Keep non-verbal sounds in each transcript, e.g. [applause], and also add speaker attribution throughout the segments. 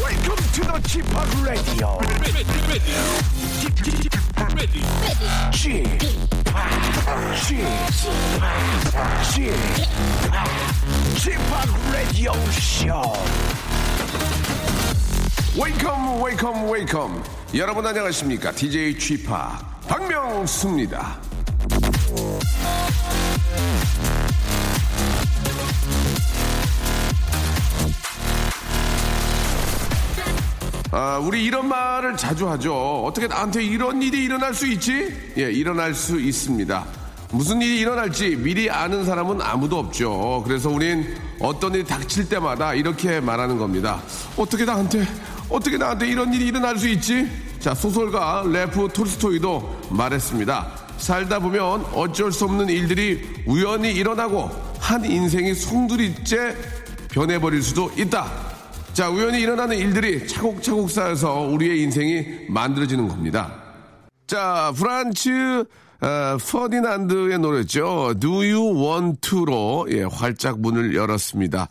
Speaker 1: Welcome to the Chip Radio. Chip, Chip, Chip Radio Show. Welcome, welcome, welcome. 여러분 안녕하십니까? DJ Chip 박명수입니다. 아, 우리 이런 말을 자주 하죠. 어떻게 나한테 이런 일이 일어날 수 있지? 예, 일어날 수 있습니다. 무슨 일이 일어날지 미리 아는 사람은 아무도 없죠. 그래서 우린 어떤 일이 닥칠 때마다 이렇게 말하는 겁니다. 어떻게 나한테, 어떻게 나한테 이런 일이 일어날 수 있지? 자, 소설가 레프 톨스토이도 말했습니다. 살다 보면 어쩔 수 없는 일들이 우연히 일어나고 한 인생이 송두리째 변해버릴 수도 있다. 자, 우연히 일어나는 일들이 차곡차곡 쌓여서 우리의 인생이 만들어지는 겁니다. 자, 프란츠 어, 퍼디난드의 노래죠. Do You Want To로 예, 활짝 문을 열었습니다.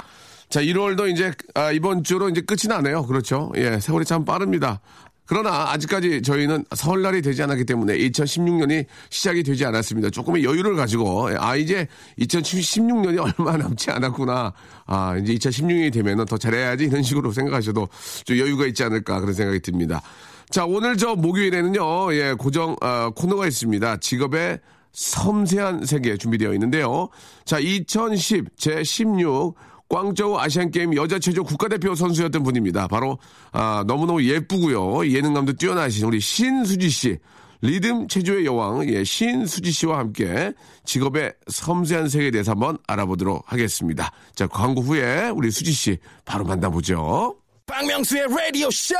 Speaker 1: 자, 1월도 이제 아, 이번 주로 이제 끝이 나네요. 그렇죠? 예, 세월이 참 빠릅니다. 그러나 아직까지 저희는 설날이 되지 않았기 때문에 2016년이 시작이 되지 않았습니다. 조금의 여유를 가지고 예, 아 이제 2016년이 얼마 남지 않았구나. 아 이제 2016년이 되면 더 잘해야지 이런 식으로 생각하셔도 좀 여유가 있지 않을까 그런 생각이 듭니다. 자, 오늘 저 목요일에는요, 예, 고정, 아, 코너가 있습니다. 직업의 섬세한 세계 준비되어 있는데요. 자, 2010 제16 광저우 아시안게임 여자체조 국가대표 선수였던 분입니다. 바로, 아, 너무너무 예쁘고요. 예능감도 뛰어나신 우리 신수지 씨. 리듬 체조의 여왕, 예, 신수지 씨와 함께 직업의 섬세한 세계에 대해서 한번 알아보도록 하겠습니다. 자, 그 광고 후에 우리 수지 씨 바로 만나보죠.
Speaker 2: 박명수의 라디오 쇼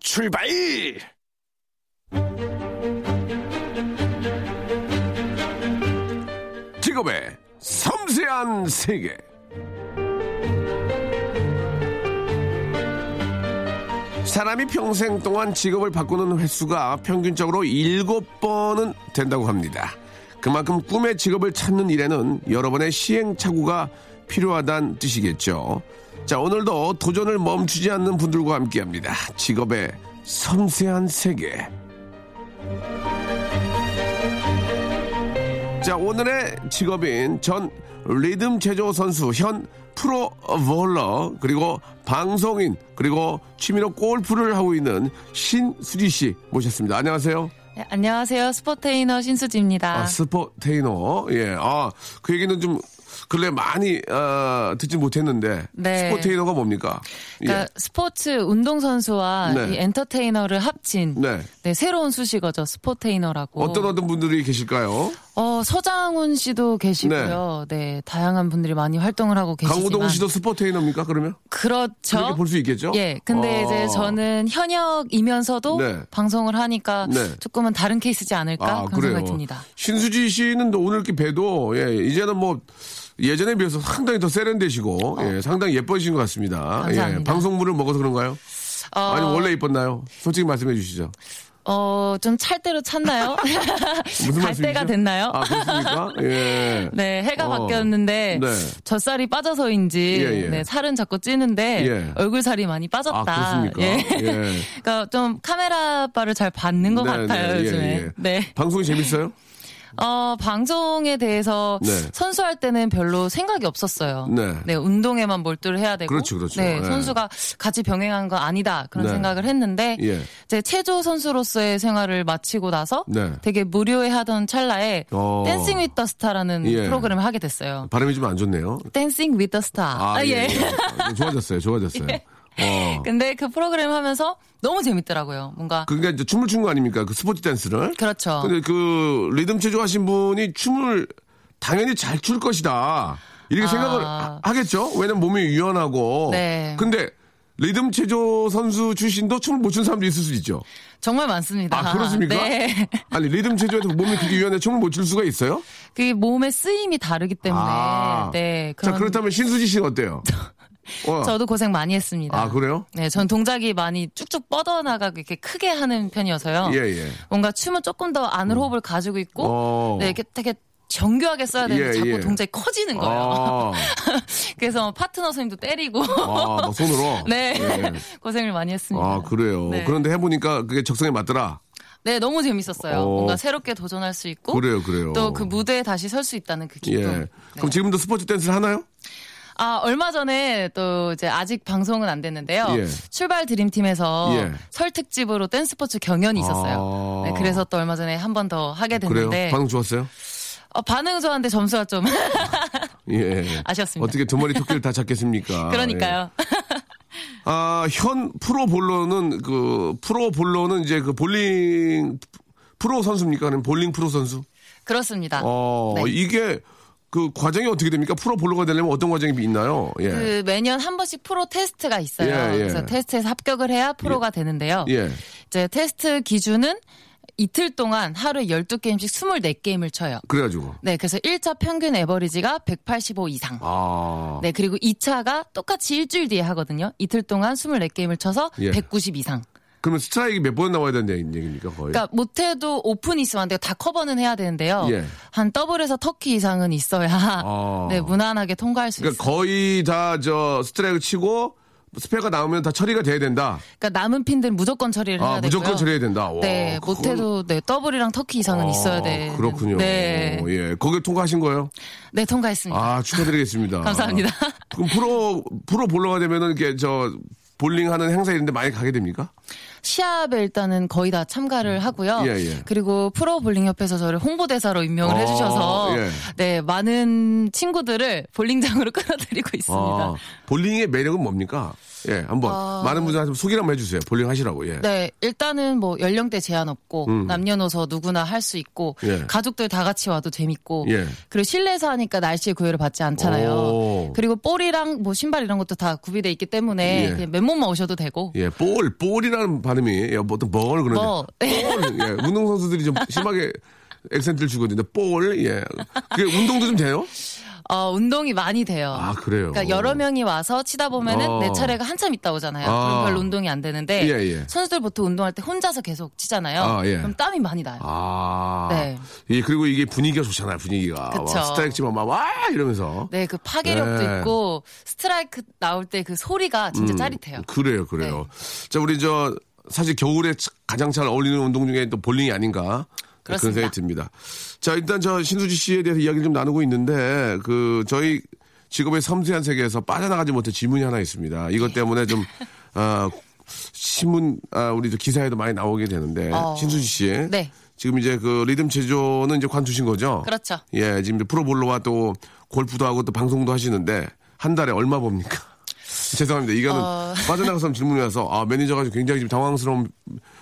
Speaker 2: 출발!
Speaker 1: 직업의 섬세한 세계. 사람이 평생 동안 직업을 바꾸는 횟수가 평균적으로 일곱 번은 된다고 합니다. 그만큼 꿈의 직업을 찾는 일에는 여러 번의 시행착오가 필요하다는 뜻이겠죠. 자, 오늘도 도전을 멈추지 않는 분들과 함께 합니다. 직업의 섬세한 세계. 자 오늘의 직업인 전 리듬 체조 선수 현 프로 볼러 그리고 방송인 그리고 취미로 골프를 하고 있는 신수지 씨 모셨습니다. 안녕하세요.
Speaker 3: 네, 안녕하세요. 스포테이너 신수지입니다.
Speaker 1: 아, 스포테이너 예아그 얘기는 좀 근래 많이 어, 듣지 못했는데
Speaker 3: 네.
Speaker 1: 스포테이너가 뭡니까?
Speaker 3: 그러니까 스포츠 운동 선수와
Speaker 1: 예. 네.
Speaker 3: 이 엔터테이너를 합친
Speaker 1: 예. 네.
Speaker 3: 네, 새로운 수식어죠. 스포테이너라고.
Speaker 1: 어떤 어떤 분들이 계실까요?
Speaker 3: 어, 서장훈 씨도 계시고요. 네. 다양한 분들이 많이 활동을 하고 계시지만
Speaker 1: 강호동 씨도 스포테이너입니까? 그러면
Speaker 3: 그렇죠.
Speaker 1: 그렇게 볼 수 있겠죠?
Speaker 3: 예. 근데
Speaker 1: 아.
Speaker 3: 이제 저는 현역이면서도
Speaker 1: 네.
Speaker 3: 방송을 하니까
Speaker 1: 네.
Speaker 3: 조금은 다른 케이스지 않을까 그런 생각이 듭니다.
Speaker 1: 아, 신수지 씨는 또 오늘 이렇게 봬도 예, 이제는 뭐 예전에 비해서 상당히 더 세련되시고 예, 상당히 예뻐지신 것 같습니다.
Speaker 3: 어. 감사합니다.
Speaker 1: 예, 방송물을 먹어서 그런가요?
Speaker 3: 어,
Speaker 1: 아니 원래 예뻤나요? 솔직히 말씀해 주시죠.
Speaker 3: 어, 좀 찰 대로 찼나요?
Speaker 1: [laughs] 무슨
Speaker 3: 갈
Speaker 1: 말씀이죠?
Speaker 3: 때가 됐나요?
Speaker 1: 아
Speaker 3: [laughs]
Speaker 1: 그렇습니까? 예.
Speaker 3: 네, 해가
Speaker 1: 어.
Speaker 3: 바뀌었는데
Speaker 1: 네.
Speaker 3: 젖살이 빠져서인지
Speaker 1: 예, 예.
Speaker 3: 네, 살은 자꾸 찌는데
Speaker 1: 예.
Speaker 3: 얼굴 살이 많이 빠졌다.
Speaker 1: 아 그렇습니까?
Speaker 3: 예.
Speaker 1: 예.
Speaker 3: [laughs] 그러니까 좀 카메라 바를 잘 받는 것
Speaker 1: 네,
Speaker 3: 같아요
Speaker 1: 네, 예,
Speaker 3: 요즘에.
Speaker 1: 예.
Speaker 3: 네.
Speaker 1: 방송이 재밌어요?
Speaker 3: 어 방송에 대해서
Speaker 1: 네.
Speaker 3: 선수할 때는 별로 생각이 없었어요.
Speaker 1: 네.
Speaker 3: 운동에만 몰두를 해야 되고.
Speaker 1: 그렇죠, 그렇죠.
Speaker 3: 네,
Speaker 1: 예.
Speaker 3: 선수가 같이 병행한 거 아니다 그런
Speaker 1: 네.
Speaker 3: 생각을 했는데
Speaker 1: 예.
Speaker 3: 이제 체조 선수로서의 생활을 마치고 나서
Speaker 1: 네.
Speaker 3: 되게 무료해하던 찰나에
Speaker 1: 어.
Speaker 3: 댄싱 위더 스타라는
Speaker 1: 예.
Speaker 3: 프로그램을 하게 됐어요.
Speaker 1: 발음이 좀 안 좋네요.
Speaker 3: 댄싱 위더 스타. 아, 예.
Speaker 1: 아, 좋아졌어요. 좋아졌어요. 어.
Speaker 3: [laughs] 근데 그 프로그램 하면서 너무 재밌더라고요. 뭔가
Speaker 1: 그러니까 이제 춤을 춘 거 아닙니까? 그 스포츠 댄스를.
Speaker 3: 그렇죠.
Speaker 1: 근데 그 리듬 체조 하신 분이 춤을 당연히 잘 출 것이다. 이렇게
Speaker 3: 아.
Speaker 1: 생각을 하- 하겠죠. 왜냐면 몸이 유연하고.
Speaker 3: 네.
Speaker 1: 근데 리듬 체조 선수 출신도 춤을 못 추는 사람도 있을 수 있죠.
Speaker 3: 정말 많습니다.
Speaker 1: 아, 그렇습니까?
Speaker 3: 네. [laughs]
Speaker 1: 아니 리듬 체조에서 몸이 그렇게 유연해 춤을 못 출 수가 있어요?
Speaker 3: 그게 몸의 쓰임이 다르기 때문에.
Speaker 1: 아.
Speaker 3: 네.
Speaker 1: 자
Speaker 3: 그런
Speaker 1: 그렇다면 신수지 씨는
Speaker 3: [laughs]
Speaker 1: 어때요? 어.
Speaker 3: 저도 고생 많이 했습니다.
Speaker 1: 아, 그래요?
Speaker 3: 네, 전 동작이 많이 쭉쭉 뻗어나가고 이렇게 크게 하는 편이어서요.
Speaker 1: 예, 예.
Speaker 3: 뭔가 춤은 조금 더 안으로 호흡을 가지고 있고,
Speaker 1: 어.
Speaker 3: 네, 이렇게 되게 정교하게 써야 되는데
Speaker 1: 예,
Speaker 3: 자꾸
Speaker 1: 예.
Speaker 3: 동작이 커지는 거예요.
Speaker 1: 아,
Speaker 3: [laughs] 그래서 파트너 선생님도 때리고.
Speaker 1: 아, 막 손으로.
Speaker 3: [laughs] 네.
Speaker 1: 예.
Speaker 3: 고생을 많이 했습니다.
Speaker 1: 아 그래요.
Speaker 3: 네.
Speaker 1: 그런데 해보니까 그게 적성에 맞더라.
Speaker 3: 네, 너무 재밌었어요.
Speaker 1: 어.
Speaker 3: 뭔가 새롭게 도전할 수 있고.
Speaker 1: 그래요, 그래요.
Speaker 3: 또 그 무대에 다시 설 수 있다는 그
Speaker 1: 예.
Speaker 3: 기쁨. 네.
Speaker 1: 그럼 지금도 스포츠 댄스를 하나요?
Speaker 3: 아, 얼마 전에 또 이제 아직 방송은 안 됐는데요.
Speaker 1: 예.
Speaker 3: 출발 드림팀에서
Speaker 1: 예.
Speaker 3: 설 특집으로 댄스포츠 경연이 있었어요.
Speaker 1: 아. 어,
Speaker 3: 네, 그래서 또 얼마 전에 한 번 더 하게
Speaker 1: 그래요.
Speaker 3: 됐는데.
Speaker 1: 반응 좋았어요?
Speaker 3: 어, 반응 좋았는데
Speaker 1: [laughs]
Speaker 3: 점수가 좀
Speaker 1: 예.
Speaker 3: 아쉬웠습니다.
Speaker 1: 어떻게 두 마리 토끼를
Speaker 3: [laughs]
Speaker 1: 다 잡겠습니까? 예.
Speaker 3: 그러니까요.
Speaker 1: 아, 현 프로 볼러는 그 프로 볼러는 이제 그 볼링 프로 선수입니까? 아니면 볼링 프로 선수?
Speaker 3: [laughs] 그렇습니다.
Speaker 1: 어,
Speaker 3: 네.
Speaker 1: 이게 그 과정이 어떻게 됩니까? 프로 볼러가 되려면 어떤 과정이 있나요? 예.
Speaker 3: 그 매년 한 번씩 프로 테스트가 있어요.
Speaker 1: 예, 예.
Speaker 3: 그래서 테스트에서 합격을 해야 프로가 되는데요.
Speaker 1: 예.
Speaker 3: 이제 테스트 기준은 이틀 동안 하루에 12게임씩 24게임을 쳐요.
Speaker 1: 그래가지고.
Speaker 3: 네, 그래서 1차 평균 에버리지가 185 이상.
Speaker 1: 아.
Speaker 3: 네, 그리고 2차가 똑같이 일주일 뒤에 하거든요. 이틀 동안 24게임을 쳐서
Speaker 1: 예.
Speaker 3: 190 이상.
Speaker 1: 그러면 스트라이크 몇 번 나와야 된다는 얘기입니까? 거의.
Speaker 3: 그러니까 못해도 오픈 있으면 안 돼요. 다 커버는 해야 되는데요.
Speaker 1: 예. 아.
Speaker 3: 한 더블에서 터키 이상은 있어야 네, 무난하게 통과할 수
Speaker 1: 그러니까
Speaker 3: 있어요.
Speaker 1: 거의 다 저 스트라이크 치고 스페어가 나오면 다 처리가 돼야 된다.
Speaker 3: 그러니까 남은 핀들은 무조건 처리를 해야
Speaker 1: 아,
Speaker 3: 되고요.
Speaker 1: 무조건 처리해야 된다. 와,
Speaker 3: 네,
Speaker 1: 그건-
Speaker 3: 못해도 네, 더블이랑 터키 이상은 있어야
Speaker 1: 아,
Speaker 3: 돼.
Speaker 1: 그렇군요.
Speaker 3: 네,
Speaker 1: 예. 거기에 통과하신 거예요?
Speaker 3: 네 통과했습니다.
Speaker 1: 아, 축하드리겠습니다.
Speaker 3: [laughs] 감사합니다.
Speaker 1: [laughs] 그럼 프로, 프로 볼러가 되면은 이렇게 저 볼링 하는 행사 이런 데 많이 가게 됩니까?
Speaker 3: 시합에 일단은 거의 다 참가를 하고요.
Speaker 1: 예, 예.
Speaker 3: 그리고 프로 볼링 협회에서 저를 홍보대사로 임명을
Speaker 1: 어,
Speaker 3: 해주셔서
Speaker 1: 예.
Speaker 3: 네 많은 친구들을 볼링장으로 [laughs] 끌어들이고 있습니다. 아.
Speaker 1: 아, 볼링의 매력은 뭡니까? 예, 한번 많은 분들한테 소개를 한번 해주세요. 볼링 하시라고. 예.
Speaker 3: 네, 일단은 뭐 연령대 제한 없고 남녀노소 누구나 할 수 있고
Speaker 1: 음. 예.
Speaker 3: 가족들 다 같이 와도 재밌고
Speaker 1: 예.
Speaker 3: 그리고 실내에서 하니까 날씨의 구애를 받지 않잖아요.
Speaker 1: 오.
Speaker 3: 그리고 볼이랑 뭐 신발 이런 것도 다 구비돼 있기 때문에
Speaker 1: 예.
Speaker 3: 그냥 맨몸만 오셔도 되고
Speaker 1: 예, 볼, 볼이라는 발음이, 예, 보통 뭘 그러는데.
Speaker 3: 뭐
Speaker 1: 볼, 예, 운동선수들이 좀 심하게 [laughs] 액센트를 주거든요. 볼, 예. 그게 운동도 좀 돼요?
Speaker 3: 어, 운동이 많이 돼요.
Speaker 1: 아, 그래요?
Speaker 3: 그러니까 여러 명이 와서 치다 보면은
Speaker 1: 어.
Speaker 3: 내 차례가 한참 있다 오잖아요.
Speaker 1: 아.
Speaker 3: 그럼 별로 운동이 안 되는데
Speaker 1: 예, 예.
Speaker 3: 선수들 보통 운동할 때 혼자서 계속 치잖아요.
Speaker 1: 아, 예.
Speaker 3: 그럼 땀이 많이 나요.
Speaker 1: 아.
Speaker 3: 네.
Speaker 1: 예, 그리고 이게 분위기가 좋잖아요, 분위기가.
Speaker 3: 그쵸.
Speaker 1: 와, 스타일 치면 막, 와! 이러면서.
Speaker 3: 네, 그 파괴력도
Speaker 1: 네. 음.
Speaker 3: 있고 스트라이크 나올 때 그 소리가 진짜 짜릿해요. 네.
Speaker 1: 그래요, 그래요. 자, 우리 저, 사실 겨울에 차- 가장 잘 어울리는 운동 중에 또 볼링이 아닌가. 런
Speaker 3: 그렇습니다.
Speaker 1: 생각이 듭니다. 자, 일단 저 신수지 씨에 대해서 이야기를 좀 나누고 있는데, 그, 저희 직업의 섬세한 세계에서 빠져나가지 못해 질문이 하나 있습니다.
Speaker 3: 네.
Speaker 1: 이것 때문에 좀, 아, 신문, 아, 우리 저 기사에도 많이 나오게 되는데,
Speaker 3: 어.
Speaker 1: 신수지 씨.
Speaker 3: 네.
Speaker 1: 지금 이제 그 리듬 체조는 이제 관두신 거죠?
Speaker 3: 그렇죠.
Speaker 1: 예, 지금 이제 프로볼로와 또 골프도 하고 또 방송도 하시는데 한 달에 얼마 봅니까? [laughs] 죄송합니다. 이거는
Speaker 3: 어.
Speaker 1: 빠져나가서 질문이 와서 아, 매니저가 지금 굉장히 지금 당황스러운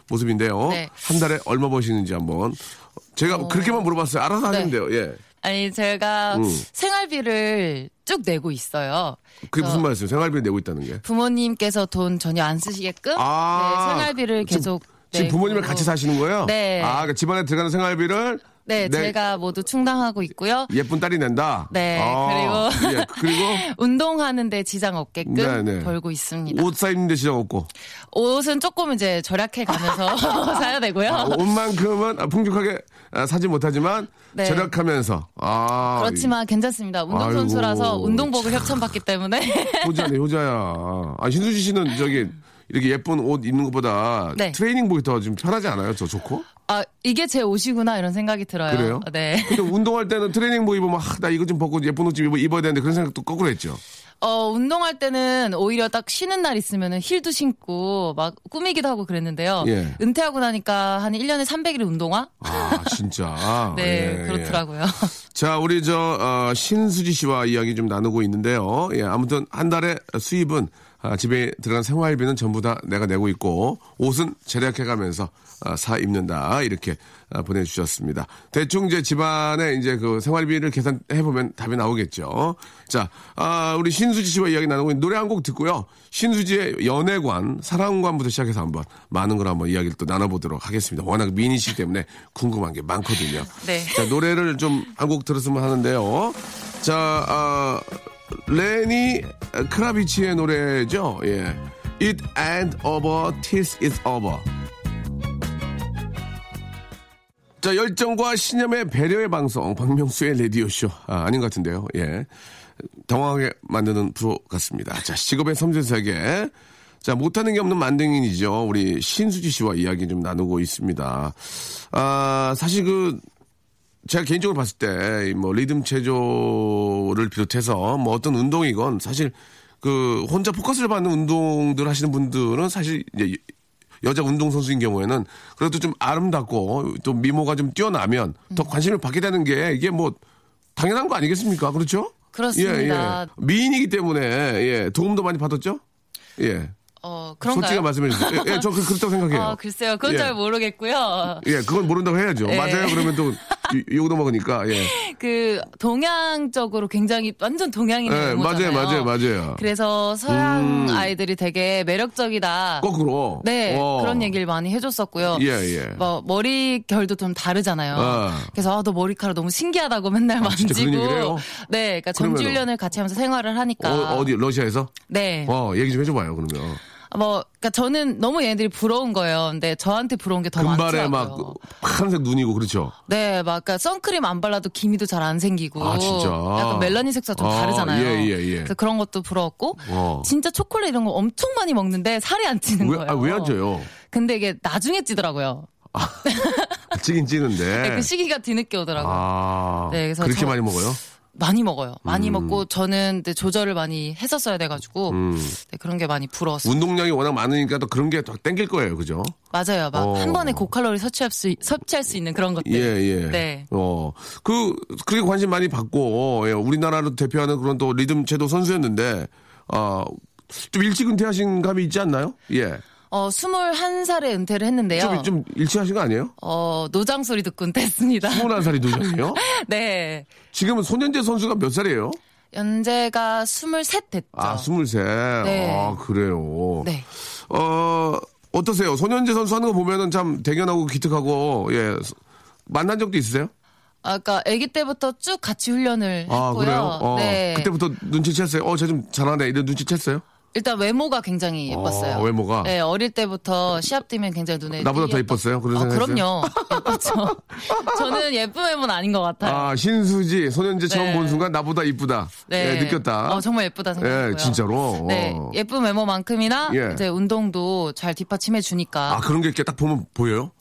Speaker 1: 모습인데요.
Speaker 3: 네.
Speaker 1: 한 달에 얼마 버시는지 한번 제가 그렇게만 물어봤어요. 알아서
Speaker 3: 네.
Speaker 1: 하시면 돼요. 예.
Speaker 3: 아니 제가
Speaker 1: 음.
Speaker 3: 생활비를 쭉 내고 있어요.
Speaker 1: 그게
Speaker 3: 저
Speaker 1: 무슨 말이세요? 생활비를 내고 있다는
Speaker 3: 네.
Speaker 1: 게.
Speaker 3: 부모님께서 돈 전혀 안 쓰시게끔
Speaker 1: 아.
Speaker 3: 네, 생활비를 계속
Speaker 1: 지금
Speaker 3: 내고.
Speaker 1: 부모님이랑 같이 사시는 거예요?
Speaker 3: 네.
Speaker 1: 아, 그러니까 집안에 들어가는 생활비를
Speaker 3: 네,
Speaker 1: 내-
Speaker 3: 제가 모두 충당하고 있고요.
Speaker 1: 예쁜 딸이 낸다.
Speaker 3: 네,
Speaker 1: 아,
Speaker 3: 그리고-
Speaker 1: 예, 그리고
Speaker 3: [laughs] 운동하는데 지장 없게끔
Speaker 1: 네, 네.
Speaker 3: 벌고 있습니다.
Speaker 1: 옷 사입는데 시장 없고
Speaker 3: 옷. 은 조금 이제 절약해 가면서
Speaker 1: [laughs]
Speaker 3: [laughs] 사야 되고요.
Speaker 1: 아, 옷만큼은 아, 풍족하게 아, 사지 못하지만
Speaker 3: 네.
Speaker 1: 절약하면서 아
Speaker 3: 그렇지만 괜찮습니다. 운동 선수라서
Speaker 1: 아이고,
Speaker 3: 운동복을 협찬받기 때문에
Speaker 1: 이 효자네 효자야 아 신수지 씨는 저기 이렇게 예쁜 옷 입는 것보다
Speaker 3: 네.
Speaker 1: 트레이닝복이 더 좀 편하지 않아요 저 좋고
Speaker 3: [laughs] 아 이게 제 옷이구나 이런 생각이 들어요.
Speaker 1: 그래요
Speaker 3: 네.
Speaker 1: 근데 운동할 때는 트레이닝복 입으면 아, 나 이거 좀 벗고 예쁜 옷 좀 입어, 입어야 되는데 그런 생각도 거꾸로 했죠
Speaker 3: 어, 운동할 때는 오히려 딱 쉬는 날 있으면은 힐도 신고 막 꾸미기도 하고 그랬는데요.
Speaker 1: 예.
Speaker 3: 은퇴하고 나니까 한 1년에 300일 운동화?
Speaker 1: 아 진짜
Speaker 3: [laughs] 네,
Speaker 1: 예, 예.
Speaker 3: 그렇더라고요. [laughs]
Speaker 1: [laughs] 자, 우리 저 어, 신수지 씨와 이야기 좀 나누고 있는데요. 예, 아무튼 한 달에 수입은 아, 집에 들어간 생활비는 전부 다 내가 내고 있고 옷은 절약해가면서 아, 사 입는다 이렇게 아, 보내주셨습니다. 대충 이제 집안의 이제 그 생활비를 계산해 보면 답이 나오겠죠. 자, 아, 우리 신수지 씨와 이야기 나누고 있는 노래 한 곡 듣고요. 신수지의 연애관, 사랑관부터 시작해서 한번 많은 걸 한번 이야기를 또 나눠보도록 하겠습니다. 워낙 미인이시기 때문에 궁금한 게 많거든요.
Speaker 3: 네.
Speaker 1: 자, 노래를 좀 한 곡 들었으면 하는데요. 자, 아, 레니 크라비치의 노래죠. 예. It ain't over, this is over. 자, 열정과 신념의 배려의 방송, 박명수의 라디오쇼. 아, 아닌 것 같은데요. 예. 당황하게 만드는 프로 같습니다. 자, 직업의 섬세하게. 자, 못하는 게 없는 만등인이죠. 우리 신수지 씨와 이야기 좀 나누고 있습니다. 아, 사실 그, 제가 개인적으로 봤을 때, 뭐, 리듬 체조를 비롯해서, 뭐, 어떤 운동이건 사실, 그, 혼자 포커스를 받는 운동들 하시는 분들은 사실, 이제 여자 운동선수인 경우에는 그래도 좀 아름답고 또 미모가 좀 뛰어나면 더
Speaker 3: 음.
Speaker 1: 관심을 받게 되는 게 이게 뭐, 당연한 거 아니겠습니까? 그렇죠?
Speaker 3: 그렇습니다.
Speaker 1: 예, 예. 미인이기 때문에, 예, 도움도 많이 받았죠? 예.
Speaker 3: 어, 그런가요?
Speaker 1: 솔직히 말씀해 주세요. 예, 예, 저 그- 그렇다고 생각해요.
Speaker 3: 아, 글쎄요. 그건
Speaker 1: 예.
Speaker 3: 잘 모르겠고요.
Speaker 1: 예, 그건 모른다고 해야죠.
Speaker 3: 예.
Speaker 1: 맞아요. 그러면 또, 요- 욕도 먹으니까, 예.
Speaker 3: 그 동양적으로 굉장히 완전 동양인의
Speaker 1: 예,
Speaker 3: 외모잖아요.
Speaker 1: 맞아요, 맞아요, 음. 맞아요.
Speaker 3: 그래서 서양 아이들이 되게 매력적이다.
Speaker 1: 거꾸로.
Speaker 3: 네
Speaker 1: 어.
Speaker 3: 그런 얘기를 많이 해줬었고요.
Speaker 1: 예, 예.
Speaker 3: 뭐 머리결도 좀 다르잖아요.
Speaker 1: 어.
Speaker 3: 그래서 아, 너 머리카락 너무 신기하다고 맨날
Speaker 1: 아, 진짜
Speaker 3: 만지고.
Speaker 1: 그런 얘기를 해요?
Speaker 3: 네, 그러니까
Speaker 1: 그러면은-
Speaker 3: 전지훈련을 같이 하면서 생활을 하니까.
Speaker 1: 어, 디 러시아에서?
Speaker 3: 네.
Speaker 1: 어, 얘기 좀 해줘봐요, 그러면.
Speaker 3: 뭐, 그러니까 저는 너무 얘네들이 부러운 거예요. 근데 저한테 부러운 게 더
Speaker 1: 금발에
Speaker 3: 많더라고요.
Speaker 1: 막 파란색 눈이고, 그렇죠?
Speaker 3: 네, 막 그러니까 선크림 안 발라도 기미도 잘 안 생기고.
Speaker 1: 아, 진짜?
Speaker 3: 약간 멜라닌 색소가 좀
Speaker 1: 아,
Speaker 3: 다르잖아요.
Speaker 1: 예, 예, 예.
Speaker 3: 그래서 그런 것도 부러웠고.
Speaker 1: 어.
Speaker 3: 진짜 초콜릿 이런 거 엄청 많이 먹는데 살이 안 찌는
Speaker 1: 왜,
Speaker 3: 거예요.
Speaker 1: 아, 왜 앉아요?
Speaker 3: 근데 이게 나중에 찌더라고요.
Speaker 1: 찌긴 찌는데.
Speaker 3: 그 시기가 뒤늦게 오더라고요.
Speaker 1: 네. 아,
Speaker 3: 네, 그래서
Speaker 1: 그렇게
Speaker 3: 저-
Speaker 1: 많이 먹어요?
Speaker 3: 많이 먹어요.
Speaker 1: 음.
Speaker 3: 많이 먹고 저는 근데 조절을 많이 했었어야 돼가지고 네, 그런 게 많이
Speaker 1: 음.
Speaker 3: 부러웠어요.
Speaker 1: 운동량이 워낙 많으니까 또 그런 게 더 땡길 거예요, 그죠?
Speaker 3: 맞아요. 막
Speaker 1: 어.
Speaker 3: 한 번에 고칼로리 섭취할 수, 섭취할 수 있는 그런 것들.
Speaker 1: 예, 예.
Speaker 3: 네.
Speaker 1: 어, 그, 그렇게 관심 많이 받고, 예, 우리나라를 대표하는 그런 또 리듬 체조 선수였는데, 어, 좀 일찍 은퇴하신 감이 있지 않나요? 예.
Speaker 3: 어, 21살에 은퇴를 했는데요.
Speaker 1: 좀, 좀 일찍 하신 거 아니에요?
Speaker 3: 어, 노장 소리 듣고 은퇴했습니다.
Speaker 1: 21살이 도전이에요?
Speaker 3: [laughs] 네.
Speaker 1: 지금은 손현재 선수가 몇 살이에요?
Speaker 3: 연재가 23 됐죠.
Speaker 1: 아, 23.
Speaker 3: 네.
Speaker 1: 아, 그래요.
Speaker 3: 네.
Speaker 1: 어, 어떠세요? 손현재 선수 하는 거 보면은 참 대견하고 기특하고, 예. 만난 적도 있으세요?
Speaker 3: 아까 아기 때부터 쭉 같이 훈련을
Speaker 1: 아,
Speaker 3: 했고요.
Speaker 1: 그래요? 어,
Speaker 3: 네.
Speaker 1: 그때부터 눈치챘어요? 어, 쟤 좀 잘하네. 이런 눈치챘어요?
Speaker 3: 일단 외모가 굉장히 예뻤어요.
Speaker 1: 어, 외모가?
Speaker 3: 네, 어릴 때부터 시합 뛰면 굉장히 눈에
Speaker 1: 나보다 더
Speaker 3: 띄었던-
Speaker 1: 예뻤어요? 그런
Speaker 3: 아,
Speaker 1: 생각했어요?
Speaker 3: 네, 그럼요.
Speaker 1: [laughs]
Speaker 3: 예뻤죠. 저는 예쁜 외모는 아닌 것 같아요.
Speaker 1: 아, 신수지, 손현재 처음
Speaker 3: 네.
Speaker 1: 본 순간 나보다 이쁘다. 예, 느꼈다.
Speaker 3: 어, 정말 예쁘다 생각했고요.
Speaker 1: 예, 진짜로.
Speaker 3: 네,
Speaker 1: 어.
Speaker 3: 예쁜 외모만큼이나
Speaker 1: 예.
Speaker 3: 이제 운동도 잘 뒷받침해 주니까
Speaker 1: 아, 그런 게 이렇게 딱 보면 보여요?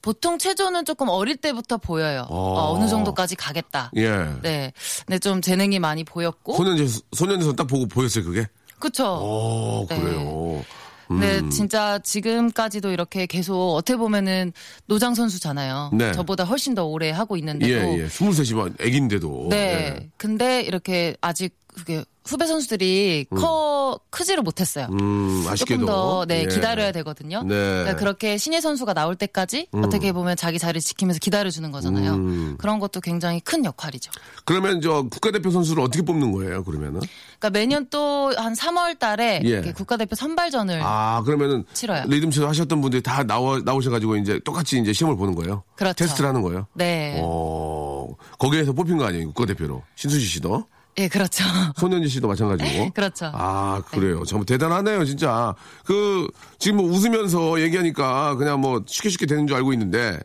Speaker 3: 보통 체조는 조금 어릴 때부터 보여요.
Speaker 1: 어.
Speaker 3: 어, 느 정도까지 가겠다.
Speaker 1: 예.
Speaker 3: 네, 어? 근데 좀 재능이 많이 보였고,
Speaker 1: 손현재, 손현재 선수 딱 보고 보였어요,
Speaker 3: 네.
Speaker 1: 그게?
Speaker 3: 그쵸?
Speaker 1: 어,
Speaker 3: 네.
Speaker 1: 그래요. 음.
Speaker 3: 네, 진짜 지금까지도 이렇게 계속 어떻게 보면은 노장 선수잖아요.
Speaker 1: 네.
Speaker 3: 저보다 훨씬 더 오래 하고 있는데도
Speaker 1: 예, 어, 예. 23시만 애기인데도. 예.
Speaker 3: 네. 근데 이렇게 아직 그게 후배 선수들이 커 크지를 못했어요.
Speaker 1: 음, 아쉽게도.
Speaker 3: 조금 더 네,
Speaker 1: 예.
Speaker 3: 기다려야 되거든요.
Speaker 1: 네. 음.
Speaker 3: 그러니까 그렇게 신예 선수가 나올 때까지 어떻게 보면 자기 자리를 지키면서 기다려주는 거잖아요. 그런 것도 굉장히 큰 역할이죠.
Speaker 1: 그러면 저 국가대표 선수를 어떻게 뽑는 거예요, 그러면은?
Speaker 3: 그러니까 매년 또 한 3월 달에
Speaker 1: 예.
Speaker 3: 이렇게 국가대표 선발전을
Speaker 1: 아, 그러면은.
Speaker 3: 네. 치러요.
Speaker 1: 리듬 체조 하셨던 분들이 다 나와, 나오셔가지고 이제 똑같이 이제 시험을 보는 거예요.
Speaker 3: 그렇죠.
Speaker 1: 테스트를 하는 거예요.
Speaker 3: 네.
Speaker 1: 어, 거기에서 뽑힌 거 아니에요, 국가대표로. 신수지 씨도.
Speaker 3: 예, 그렇죠.
Speaker 1: 손현지 씨도 마찬가지고.
Speaker 3: 그렇죠.
Speaker 1: 뭐? 아, 그래요. 정말 대단하네요, 진짜. 그, 지금 뭐 웃으면서 얘기하니까 그냥 뭐 쉽게 쉽게 되는 줄 알고 있는데,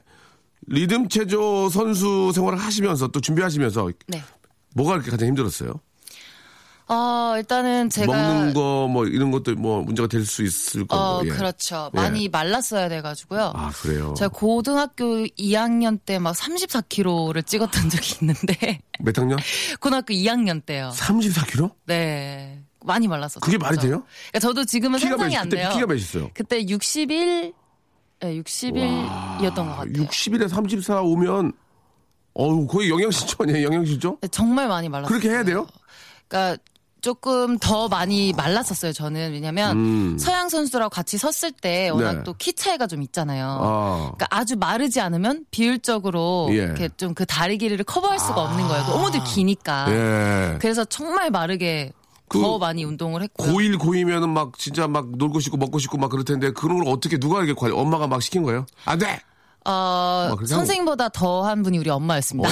Speaker 1: 리듬 체조 선수 생활을 하시면서 또 준비하시면서
Speaker 3: 네.
Speaker 1: 뭐가 이렇게 가장 힘들었어요?
Speaker 3: 어, 일단은 제가
Speaker 1: 먹는 거 뭐 이런 것도 뭐 문제가 될 수 있을 거고.
Speaker 3: 어,
Speaker 1: 예.
Speaker 3: 그렇죠.
Speaker 1: 예.
Speaker 3: 많이 말랐어야 돼 가지고요.
Speaker 1: 아, 그래요.
Speaker 3: 제가 고등학교 2학년 때 막 34kg를 찍었던 적이 있는데 [laughs]
Speaker 1: 몇 학년?
Speaker 3: 고등학교 2학년 때요.
Speaker 1: 34kg?
Speaker 3: 네. 많이 말랐었어요.
Speaker 1: 그게 말이 돼요?
Speaker 3: 그러니까 저도 지금은
Speaker 1: 키가
Speaker 3: 상상이
Speaker 1: 몇이-
Speaker 3: 안
Speaker 1: 그때
Speaker 3: 돼요.
Speaker 1: 키가 몇이었어요?
Speaker 3: 그때 61 네, 61이었던 것 같아요. 네.
Speaker 1: 60일에 34 오면 어우 거의 영양실조 아니에요? 영양실조?
Speaker 3: 네, 정말 많이 말랐어요.
Speaker 1: 그렇게 해야 돼요?
Speaker 3: 그러니까 조금 더 많이 말랐었어요. 저는 왜냐면 서양 선수랑 같이 섰을 때 워낙
Speaker 1: 네.
Speaker 3: 또 키 차이가 좀 있잖아요.
Speaker 1: 아.
Speaker 3: 그러니까 아주 마르지 않으면 비율적으로
Speaker 1: 예.
Speaker 3: 이렇게 좀 그 다리 길이를 커버할 수가 없는 거예요. 너무들 기니까.
Speaker 1: 예.
Speaker 3: 그래서 정말 마르게
Speaker 1: 그
Speaker 3: 더 많이 운동을 했고요.
Speaker 1: 고1, 고2면은 막 진짜 막 놀고 싶고 먹고 싶고 막 그럴 텐데 그런 걸 어떻게 누가 이렇게 관리, 엄마가 막 시킨 거예요? 안 돼!
Speaker 3: 어,
Speaker 1: 그렇게
Speaker 3: 선생님보다 더 한 분이 우리 엄마였습니다.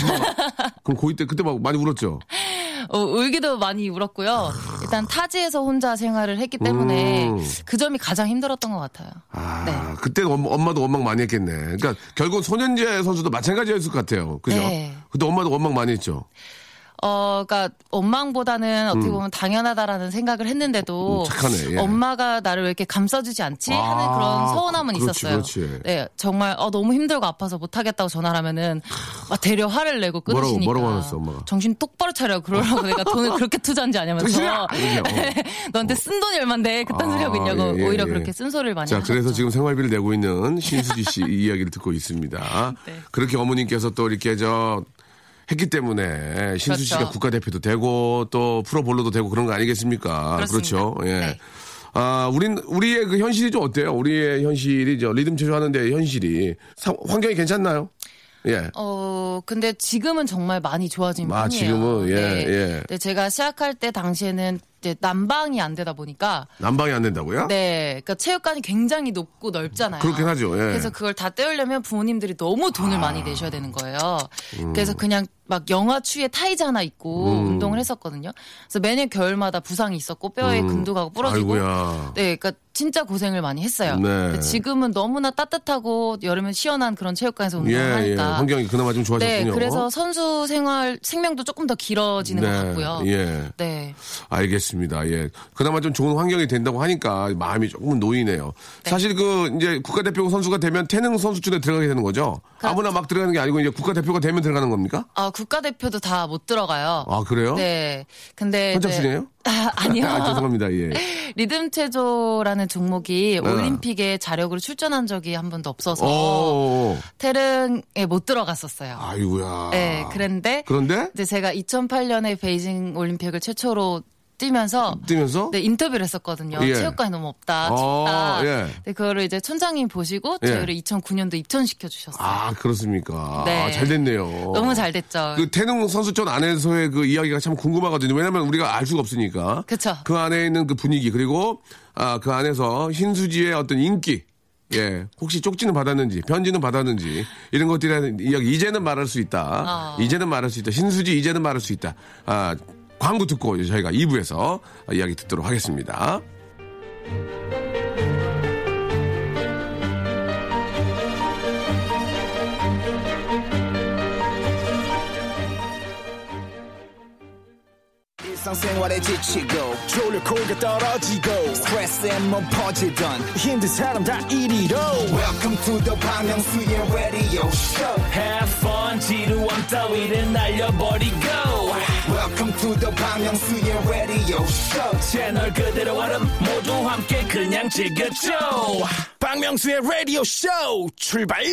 Speaker 1: 그럼 고2 때 그때 막 많이 울었죠?
Speaker 3: [laughs] 어, 울기도 많이 울었고요. 일단 타지에서 혼자 생활을 했기 때문에 그 점이 가장 힘들었던 것 같아요.
Speaker 1: 아,
Speaker 3: 네.
Speaker 1: 그때 엄, 엄마도 원망 많이 했겠네. 그러니까 결국 소년제 선수도 마찬가지였을 것 같아요. 그죠?
Speaker 3: 네.
Speaker 1: 그때 엄마도 원망 많이 했죠.
Speaker 3: 어, 그러니까 원망보다는 어떻게 보면 당연하다라는 생각을 했는데도
Speaker 1: 음, 착하네, 예.
Speaker 3: 엄마가 나를 왜 이렇게 감싸주지 않지 하는
Speaker 1: 아,
Speaker 3: 그런 서운함은
Speaker 1: 그- 그렇지,
Speaker 3: 있었어요.
Speaker 1: 그렇지.
Speaker 3: 네, 정말 어, 너무 힘들고 아파서 못하겠다고 전화를 하면은 막 대려 화를 내고
Speaker 1: 뭐라고,
Speaker 3: 끊으시니까
Speaker 1: 뭐라고 화냈어, 엄마가?
Speaker 3: 정신 똑바로 차려 그러라고 내가
Speaker 1: [laughs]
Speaker 3: 돈을 그렇게 투자한지 아니면서
Speaker 1: 정신아! 이렇게,
Speaker 3: [laughs] 너한테 쓴 돈이 얼만데 그딴
Speaker 1: 아,
Speaker 3: 소리 하고 있냐고
Speaker 1: 예, 예,
Speaker 3: 오히려
Speaker 1: 예.
Speaker 3: 그렇게 쓴소리를 많이
Speaker 1: 자,
Speaker 3: 하셨죠.
Speaker 1: 그래서 지금 생활비를 내고 있는 신수지 씨 이야기를 듣고 있습니다.
Speaker 3: [laughs] 네.
Speaker 1: 그렇게 어머님께서 또 이렇게 저 했기 때문에 신수 씨가
Speaker 3: 그렇죠.
Speaker 1: 국가대표도 되고 또 프로볼로도 되고 그런 거 아니겠습니까?
Speaker 3: 그렇습니다.
Speaker 1: 죠 예.
Speaker 3: 네.
Speaker 1: 아, 우린 우리의 그 현실이 좀 어때요? 우리의 현실이 저 리듬 체조 하는데 현실이 사- 환경이 괜찮나요? 예.
Speaker 3: 어, 근데 지금은 정말 많이 좋아진
Speaker 1: 아,
Speaker 3: 편이에요. 네.
Speaker 1: 지금은? 예, 예.
Speaker 3: 근데 제가 시작할 때 당시에는 이제 난방이 안 되다 보니까
Speaker 1: 난방이 안 된다고요?
Speaker 3: 네, 그러니까 체육관이 굉장히 높고 넓잖아요.
Speaker 1: 그렇긴 하죠, 예. 아.
Speaker 3: 그래서 그걸 다 때우려면 부모님들이 너무 돈을 많이 내셔야 되는 거예요.
Speaker 1: 음.
Speaker 3: 그래서 그냥 막 영화 추위에 타이즈 하나 입고 운동을 했었거든요. 그래서 매년 겨울마다 부상이 있었고 뼈에 금두가고 부러지고,
Speaker 1: 음. 아이고야.
Speaker 3: 네, 그러니까 진짜 고생을 많이 했어요.
Speaker 1: 네.
Speaker 3: 근데 지금은 너무나 따뜻하고 여름은 시원한 네, 그런 체육관에서
Speaker 1: 예,
Speaker 3: 운동을
Speaker 1: 예.
Speaker 3: 하니까
Speaker 1: 환경이 그나마 좀
Speaker 3: 그러니까. 네,
Speaker 1: 좋아졌군요.
Speaker 3: 그래서 선수 생활 생명도 조금 더 길어지는
Speaker 1: 네,
Speaker 3: 것 같고요.
Speaker 1: 예.
Speaker 3: 네.
Speaker 1: 알겠습니다. 예. 그나마 좀 좋은 환경이 된다고 하니까 마음이 조금은 놓이네요. 사실 그 이제 국가대표 선수가 되면 태능 선수촌에 들어가게 되는 거죠?
Speaker 3: 그렇죠.
Speaker 1: 아무나 막 들어가는 게 아니고 이제 국가대표가 되면 들어가는 겁니까?
Speaker 3: 아, 국가대표도 다 못 들어가요.
Speaker 1: 아, 그래요?
Speaker 3: 네. 근데 이제-
Speaker 1: 선착순이에요?
Speaker 3: [laughs] 아,
Speaker 1: [laughs]
Speaker 3: 아니요. 네.
Speaker 1: 아, 죄송합니다. 예.
Speaker 3: [laughs] 리듬 체조라는 종목이 올림픽에 자력으로 출전한 적이 한 번도 없어서
Speaker 1: 오.
Speaker 3: 태릉에 못 들어갔었어요.
Speaker 1: 아이고야.
Speaker 3: 네, 그런데
Speaker 1: 그런데
Speaker 3: 이제 제가 2008년에 베이징 올림픽을 최초로 뛰면서
Speaker 1: 뛰면서
Speaker 3: 네, 인터뷰를 했었거든요.
Speaker 1: 예.
Speaker 3: 체육관이 너무 없다,
Speaker 1: 어,
Speaker 3: 춥다.
Speaker 1: 예.
Speaker 3: 근데 그거를 이제 촌장님 보시고
Speaker 1: 예.
Speaker 3: 저희를 2009년도 입촌시켜 주셨어요.
Speaker 1: 아, 그렇습니까?
Speaker 3: 네.
Speaker 1: 아, 잘 됐네요.
Speaker 3: 너무 잘 됐죠.
Speaker 1: 그 태능 선수촌 안에서의 그 이야기가 참 궁금하거든요. 왜냐면 우리가 알 수가 없으니까.
Speaker 3: 그쵸.
Speaker 1: 그 안에 있는 그 분위기 그리고 아, 그 안에서 흰수지의 어떤 인기. 예, 혹시 쪽지는 받았는지, 편지는 받았는지, 이런 것들에 이야기, 이제는 말할 수 있다.
Speaker 3: 어.
Speaker 1: 이제는 말할 수 있다. 신수지, 이제는 말할 수 있다. 아, 광고 듣고 저희가 2부에서 이야기 듣도록 하겠습니다.
Speaker 2: 일상생활에 지치고, 졸려 코가 떨어지고, 스트레스에 몸 퍼지던, 힘든 사람 다 이리로. welcome to the Bang Myung-soo's radio show
Speaker 4: Have fun 지루함 따위를 날려버리고
Speaker 2: welcome to the Bang Myung-soo's radio show
Speaker 4: 채널 그대로 얼음 모두 함께 그냥 즐겨줘 박명수의 라디오 쇼 출발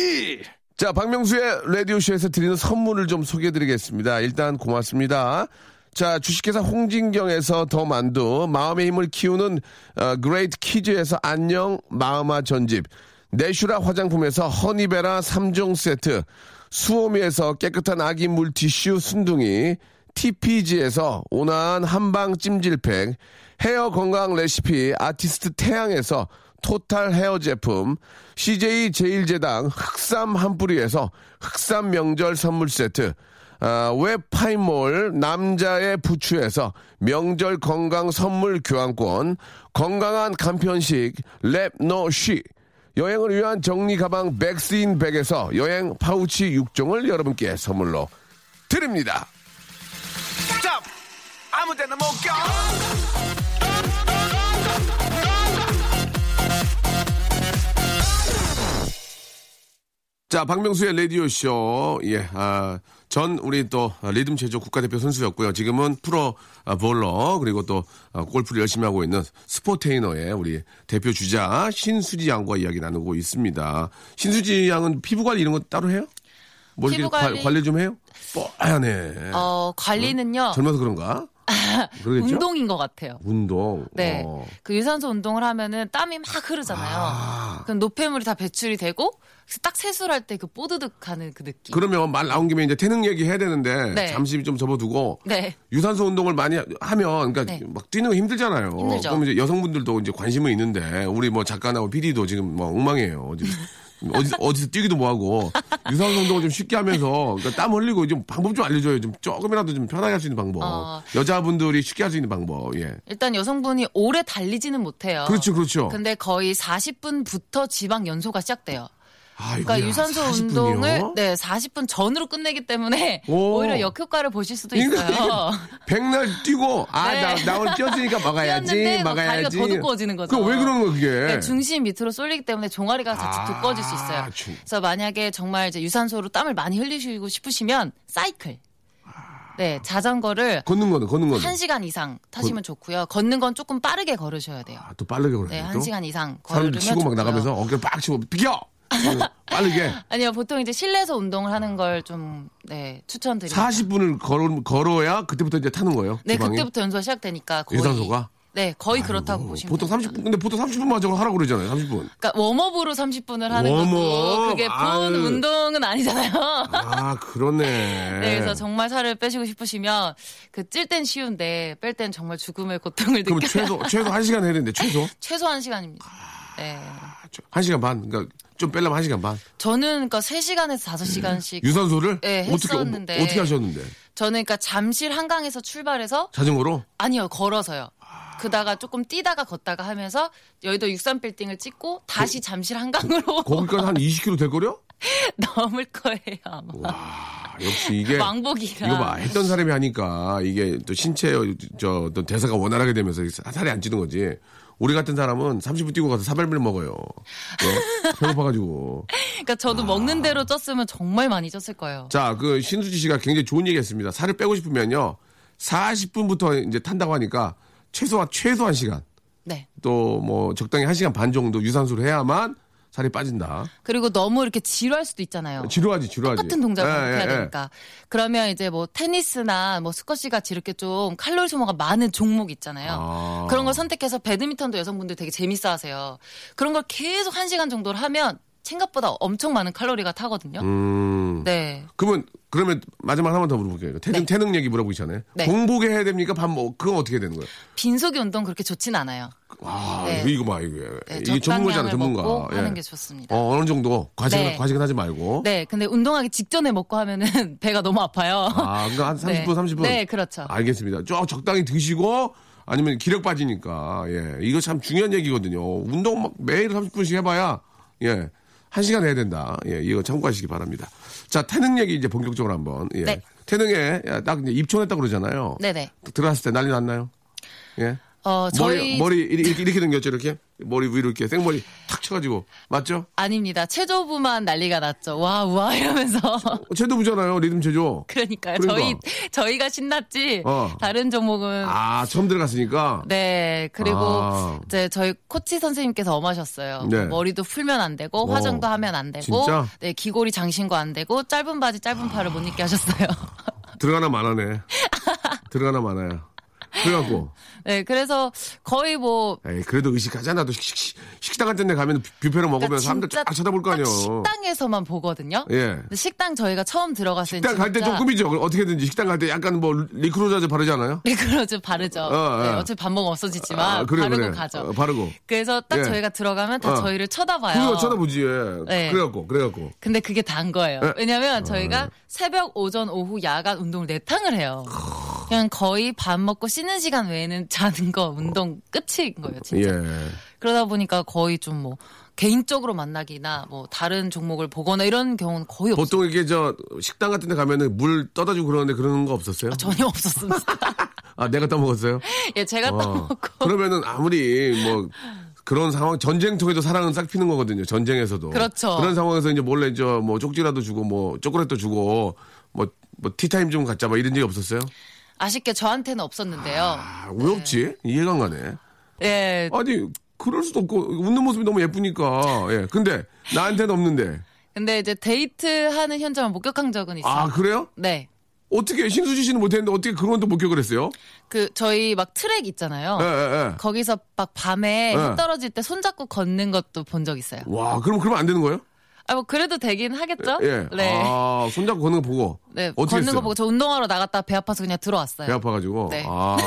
Speaker 1: 자, 박명수의 라디오쇼에서 드리는 선물을 좀 소개해드리겠습니다. 일단 고맙습니다. 자, 주식회사 홍진경에서 더 만두, 마음의 힘을 키우는 어, 그레이트 키즈에서 안녕 마음아 전집, 내슈라 화장품에서 허니베라 3종 세트, 수오미에서 깨끗한 아기 물티슈 순둥이, TPG에서 온화한 한방 찜질팩, 헤어 건강 레시피 아티스트 태양에서 토탈 헤어 제품, CJ 제일제당 흑삼 한 뿌리에서 흑삼 명절 선물 세트, 아, 웹파이몰 남자의 부추에서 명절 건강 선물 교환권, 건강한 간편식 랩노쉬, 여행을 위한 정리 가방 백스인 백에서 여행 파우치 6종을 여러분께 선물로 드립니다.
Speaker 2: 아무데나 못 가.
Speaker 1: 자, 박명수의 라디오쇼. 예, 아, 전 우리 또 아, 리듬 체조 국가대표 선수였고요. 지금은 프로 아, 볼러, 그리고 또 아, 골프를 열심히 하고 있는 스포테이너의 우리 대표 주자 신수지 양과 이야기 나누고 있습니다. 신수지 양은 피부 관리 이런 거 따로 해요? 뭐 이렇게
Speaker 3: 피부
Speaker 1: 관- 관리,
Speaker 3: 관리-
Speaker 1: 좀 해요? 뽀하네.
Speaker 3: 어, 관리는요.
Speaker 1: 젊어서 그런가? 그러겠죠?
Speaker 3: 운동인 것 같아요.
Speaker 1: 운동.
Speaker 3: 네.
Speaker 1: 어.
Speaker 3: 그 유산소 운동을 하면은 땀이 막 흐르잖아요. 그럼 노폐물이 다 배출이 되고 그래서 딱 세수를 할 때 그 뽀드득 가는 그 느낌.
Speaker 1: 그러면 말 나온 김에 이제 태능 얘기 해야 되는데
Speaker 3: 네.
Speaker 1: 잠시 좀 접어두고
Speaker 3: 네.
Speaker 1: 유산소 운동을 많이 하- 하면 그러니까
Speaker 3: 네.
Speaker 1: 막 뛰는 거 힘들잖아요.
Speaker 3: 힘들죠.
Speaker 1: 그럼 이제 여성분들도 이제 관심은 있는데 우리 뭐 작가나 PD도 지금 뭐 엉망이에요.
Speaker 3: [laughs]
Speaker 1: 지금. 어디 어디서 뛰기도 뭐하고 유산소 운동을 좀 쉽게 하면서 그러니까 땀 흘리고 좀 방법 좀 알려줘요. 좀 조금이라도 좀 편하게 할 수 있는 방법.
Speaker 3: 어.
Speaker 1: 여자분들이 쉽게 할 수 있는 방법. 예.
Speaker 3: 일단 여성분이 오래 달리지는 못해요.
Speaker 1: 그렇죠, 그렇죠.
Speaker 3: 어. 근데 거의 40분부터 지방 연소가 시작돼요.
Speaker 1: 아, 이거
Speaker 3: 그러니까
Speaker 1: 야,
Speaker 3: 유산소
Speaker 1: 40 분이요?
Speaker 3: 운동을 네 40분 전으로 끝내기 때문에
Speaker 1: 오.
Speaker 3: [laughs] 오히려 역효과를 보실 수도
Speaker 1: 그러니까
Speaker 3: 있어요. [laughs]
Speaker 1: 백날 뛰고 아
Speaker 3: 네.
Speaker 1: 나 나 오늘 뛰었으니까 막아야지
Speaker 3: [laughs] 뛰었는데 뭐
Speaker 1: 막아야지.
Speaker 3: 다리가 더 두꺼워지는 거죠.
Speaker 1: 그왜 그런 거 그게?
Speaker 3: 그러니까 중심 밑으로 쏠리기 때문에 종아리가 자칫
Speaker 1: 아,
Speaker 3: 두꺼워질 수 있어요.
Speaker 1: 중-
Speaker 3: 그래서 만약에 정말 이제 유산소로 땀을 많이 흘리시고 싶으시면 사이클,
Speaker 1: 아.
Speaker 3: 네 자전거를
Speaker 1: 걷는 거는 걷는 거는. 그
Speaker 3: 한 시간 이상 타시면 좋고요. 걷는 건 조금 빠르게 걸으셔야 돼요.
Speaker 1: 아, 또 빠르게 걸어야
Speaker 3: 네,
Speaker 1: 돼,
Speaker 3: 한
Speaker 1: 또?
Speaker 3: 시간 이상 걸으면
Speaker 1: 사람들 치고 막
Speaker 3: 좋고요.
Speaker 1: 나가면서 어깨를 빡 치고 비켜 빠르게
Speaker 3: [laughs] 아니요, 보통 이제 실내에서 운동을 하는 걸 좀 네, 추천드립니다.
Speaker 1: 40분을 걸어, 걸어야 그때부터 이제 타는 거예요.
Speaker 3: 네,
Speaker 1: 지방이?
Speaker 3: 그때부터 연소가 시작되니까 거의
Speaker 1: 유산소가?
Speaker 3: 네, 거의 그렇다고
Speaker 1: 어,
Speaker 3: 보시면
Speaker 1: 보통
Speaker 3: 됩니다.
Speaker 1: 30분 근데 보통 30분 마저 하라고 그러잖아요. 30분.
Speaker 3: 그러니까 웜업으로 30분을 하는
Speaker 1: 웜업?
Speaker 3: 것도 그게 본
Speaker 1: 아유.
Speaker 3: 운동은 아니잖아요.
Speaker 1: 아 [laughs] 그러네.
Speaker 3: [laughs] 네, 그래서 정말 살을 빼시고 싶으시면 그 찔 땐 쉬운데 뺄 땐 정말 죽음의 고통을
Speaker 1: 그럼
Speaker 3: 느껴요.
Speaker 1: 최소 최소 1시간 해야 되는데 최소
Speaker 3: [laughs] 최소한 시간입니다. 네.
Speaker 1: 아, 저- 1시간 반. 그러니까 좀 빼려면 1시간 반.
Speaker 3: 저는 그러니까 3시간에서 5시간씩
Speaker 1: 음. 유산소를
Speaker 3: 네,
Speaker 1: 어떻게 어,
Speaker 3: 했었는데.
Speaker 1: 어떻게 하셨는데?
Speaker 3: 저는 그러니까 잠실 한강에서 출발해서
Speaker 1: 자전거로?
Speaker 3: 아니요, 걸어서요. 그다가 조금 뛰다가 걷다가 하면서 여의도 63빌딩을 찍고
Speaker 1: 그
Speaker 3: 다시 잠실 한강으로
Speaker 1: 거기까지 한 20km 될 거려?
Speaker 3: [laughs] 넘을 거예요, 아마.
Speaker 1: 아, 역시 이게
Speaker 3: [laughs] 왕복이라.
Speaker 1: 이거 봐 했던 사람이 하니까 이게 또 신체 저 어떤 대사가 원활하게 되면서 살이 안 찌는 거지. 우리 같은 사람은 30분 뛰고 가서 사발면 먹어요. 예? [laughs] 배고파가지고.
Speaker 3: 그러니까 저도 먹는 대로 쪘으면 정말 많이 쪘을 거예요.
Speaker 1: 아. 자, 그 신수지 씨가 굉장히 좋은 얘기 했습니다. 살을 빼고 싶으면요. 40분부터 이제 탄다고 하니까 최소한, 최소한 시간.
Speaker 3: 네.
Speaker 1: 또 뭐 적당히 1시간 반 정도 유산소를 해야만 살이 빠진다.
Speaker 3: 그리고 너무 이렇게 지루할 수도 있잖아요.
Speaker 1: 지루하지, 지루하지.
Speaker 3: 똑같은 동작을
Speaker 1: 예, 예,
Speaker 3: 해야
Speaker 1: 예.
Speaker 3: 되니까. 그러면 이제 뭐 테니스나 뭐 스쿼시 같이 이렇게 좀 칼로리 소모가 많은 종목 있잖아요.
Speaker 1: 아.
Speaker 3: 그런 걸 선택해서 배드민턴도 여성분들 되게 재밌어 하세요. 그런 걸 계속 한시간 정도를 하면 생각보다 엄청 많은 칼로리가 타거든요.
Speaker 1: 음.
Speaker 3: 네.
Speaker 1: 그러면 그러면 마지막 하나만 더 물어볼게요. 태능
Speaker 3: 네.
Speaker 1: 태능 얘기 물어보기 전에
Speaker 3: 네.
Speaker 1: 공복에 해야 됩니까? 밥 먹? 그건 어떻게 되는 거예요?
Speaker 3: 빈속이 운동 그렇게 좋진 않아요.
Speaker 1: 와
Speaker 3: 네.
Speaker 1: 이거 이거 봐 이게
Speaker 3: 네,
Speaker 1: 이게 전문가잖아
Speaker 3: 적당량을
Speaker 1: 전문가.
Speaker 3: 먹고
Speaker 1: 예.
Speaker 3: 하는 게 좋습니다.
Speaker 1: 어 어느 정도 과식
Speaker 3: 네.
Speaker 1: 과식은 하지 말고.
Speaker 3: 네, 근데 운동하기 직전에 먹고 하면은 [laughs] 배가 너무 아파요.
Speaker 1: 아 그러니까 한 30분
Speaker 3: 네.
Speaker 1: 30분. 아.
Speaker 3: 네, 그렇죠.
Speaker 1: 알겠습니다. 좀 적당히 드시고 아니면 기력 빠지니까 예 이거 참 중요한 얘기거든요. 운동 막 매일 30분씩 해봐야 예. 한 시간 해야 된다. 예, 이거 참고하시기 바랍니다. 자, 태능 얘기 이제 본격적으로 한번. 예.
Speaker 3: 네.
Speaker 1: 태능에 딱 이제 입촌했다 그러잖아요.
Speaker 3: 네네.
Speaker 1: 들어갔을 때 난리 났나요? 예.
Speaker 3: 어, 저희
Speaker 1: 머리, 머리 이렇게, 이렇게 생겼죠, 이렇게? 머리 위로 이렇게 생머리 탁 쳐가지고. 맞죠?
Speaker 3: 아닙니다. 체조부만 난리가 났죠. 와, 우와 이러면서. [laughs]
Speaker 1: 어, 제도부잖아요, 리듬 제조.
Speaker 3: 그러니까요.
Speaker 1: 그러니까.
Speaker 3: 저희 저희가 신났지.
Speaker 1: 어.
Speaker 3: 다른 종목은
Speaker 1: 아, 처음 들어갔으니까.
Speaker 3: 네. 그리고
Speaker 1: 아.
Speaker 3: 이제 저희 코치 선생님께서 엄하셨어요.
Speaker 1: 네.
Speaker 3: 머리도 풀면 안 되고 화장도 하면 안 되고
Speaker 1: 진짜?
Speaker 3: 네, 귀걸이 장신구 안 되고 짧은 바지 짧은 팔을 못 입게 하셨어요. [laughs]
Speaker 1: 들어가나 많아네. 들어가나 많아요. 그래갖고.
Speaker 3: 네. 그래서 거의 뭐
Speaker 1: 에이, 그래도 의식하잖아. 또 식, 식, 식- 식당 같은 데 가면 뷔페로 먹으면
Speaker 3: 그러니까
Speaker 1: 사람들
Speaker 3: 진짜
Speaker 1: 쫙 쳐다볼 거
Speaker 3: 딱
Speaker 1: 아니에요.
Speaker 3: 식당에서만 네, 보거든요.
Speaker 1: 예.
Speaker 3: 근데 식당 저희가 처음 들어갔을 때
Speaker 1: 식당 갈 때 좀 꿈이죠. 어떻게든지 식당 갈 때 약간 뭐 리크로자제 바르잖아요.
Speaker 3: 네, [laughs] 그러죠. 바르죠.
Speaker 1: 어, 어.
Speaker 3: 네, 어차피 밥 먹으면 없어지지만
Speaker 1: 아, 그래,
Speaker 3: 바르고
Speaker 1: 그래.
Speaker 3: 가죠.
Speaker 1: 어, 바르고.
Speaker 3: 그래서 딱
Speaker 1: 예.
Speaker 3: 저희가 들어가면 다
Speaker 1: 어.
Speaker 3: 저희를 쳐다봐요.
Speaker 1: 그거 쳐다보지. 예.
Speaker 3: 네.
Speaker 1: 그래갖고, 그래갖고.
Speaker 3: 근데 그게 단 거예요.
Speaker 1: 예.
Speaker 3: 왜냐면 저희가 새벽, 오전, 오후, 야간 운동을 네 탕을 해요. 그냥 거의 밥 먹고 씻는 시간 외에는 자는 거 운동 끝인 거예요, 진짜.
Speaker 1: 예.
Speaker 3: 그러다 보니까 거의 좀 뭐 개인적으로 만나기나 뭐 다른 종목을 보거나 이런 경우는 거의 없어요.
Speaker 1: 보통 이게 저 식당 같은 데 가면은 물 떠다 주고 그러는데 그런 거 없었어요? 아, [laughs]
Speaker 3: 전혀 없었습니다.
Speaker 1: 내가
Speaker 3: [laughs]
Speaker 1: 떠먹었어요?
Speaker 3: 예, 제가
Speaker 1: 어.
Speaker 3: 떠먹고
Speaker 1: 그러면은 아무리 뭐 그런 상황 전쟁통에도 사랑은 싹 피는 거거든요. 전쟁에서도.
Speaker 3: 그렇죠.
Speaker 1: 그런 상황에서 이제 몰래 저 뭐 쪽지라도 주고 뭐 초콜릿도 주고 뭐, 뭐 티타임 좀 갖자 막 이런 적이 없었어요?
Speaker 3: 아쉽게 저한테는 없었는데요.
Speaker 1: 아, 왜
Speaker 3: 네.
Speaker 1: 없지? 이해가 안 가네.
Speaker 3: 예,
Speaker 1: 아니 그럴 수도 없고 웃는 모습이 너무 예쁘니까. 예. 근데 나한테는 없는데.
Speaker 3: 근데 이제 데이트하는 현장을 목격한 적은 있어요.
Speaker 1: 아 그래요?
Speaker 3: 네.
Speaker 1: 어떻게 신수지 씨는 못했는데 어떻게 그런 것도 목격을 했어요?
Speaker 3: 그 저희 막 트랙 있잖아요.
Speaker 1: 예, 예, 예.
Speaker 3: 거기서 막 밤에
Speaker 1: 예.
Speaker 3: 해 떨어질 때 손잡고 걷는 것도 본 적 있어요.
Speaker 1: 와, 그럼 그러면 안 되는 거예요?
Speaker 3: 아 뭐 그래도 되긴 하겠죠?
Speaker 1: 예.
Speaker 3: 네.
Speaker 1: 아, 손잡고 걷는 거 보고.
Speaker 3: 네,
Speaker 1: 어떻게
Speaker 3: 걷는
Speaker 1: 했어요?
Speaker 3: 거 보고 저 운동하러 나갔다 배 아파서 그냥 들어왔어요.
Speaker 1: 배 아파가지고.
Speaker 3: 네.
Speaker 1: 아,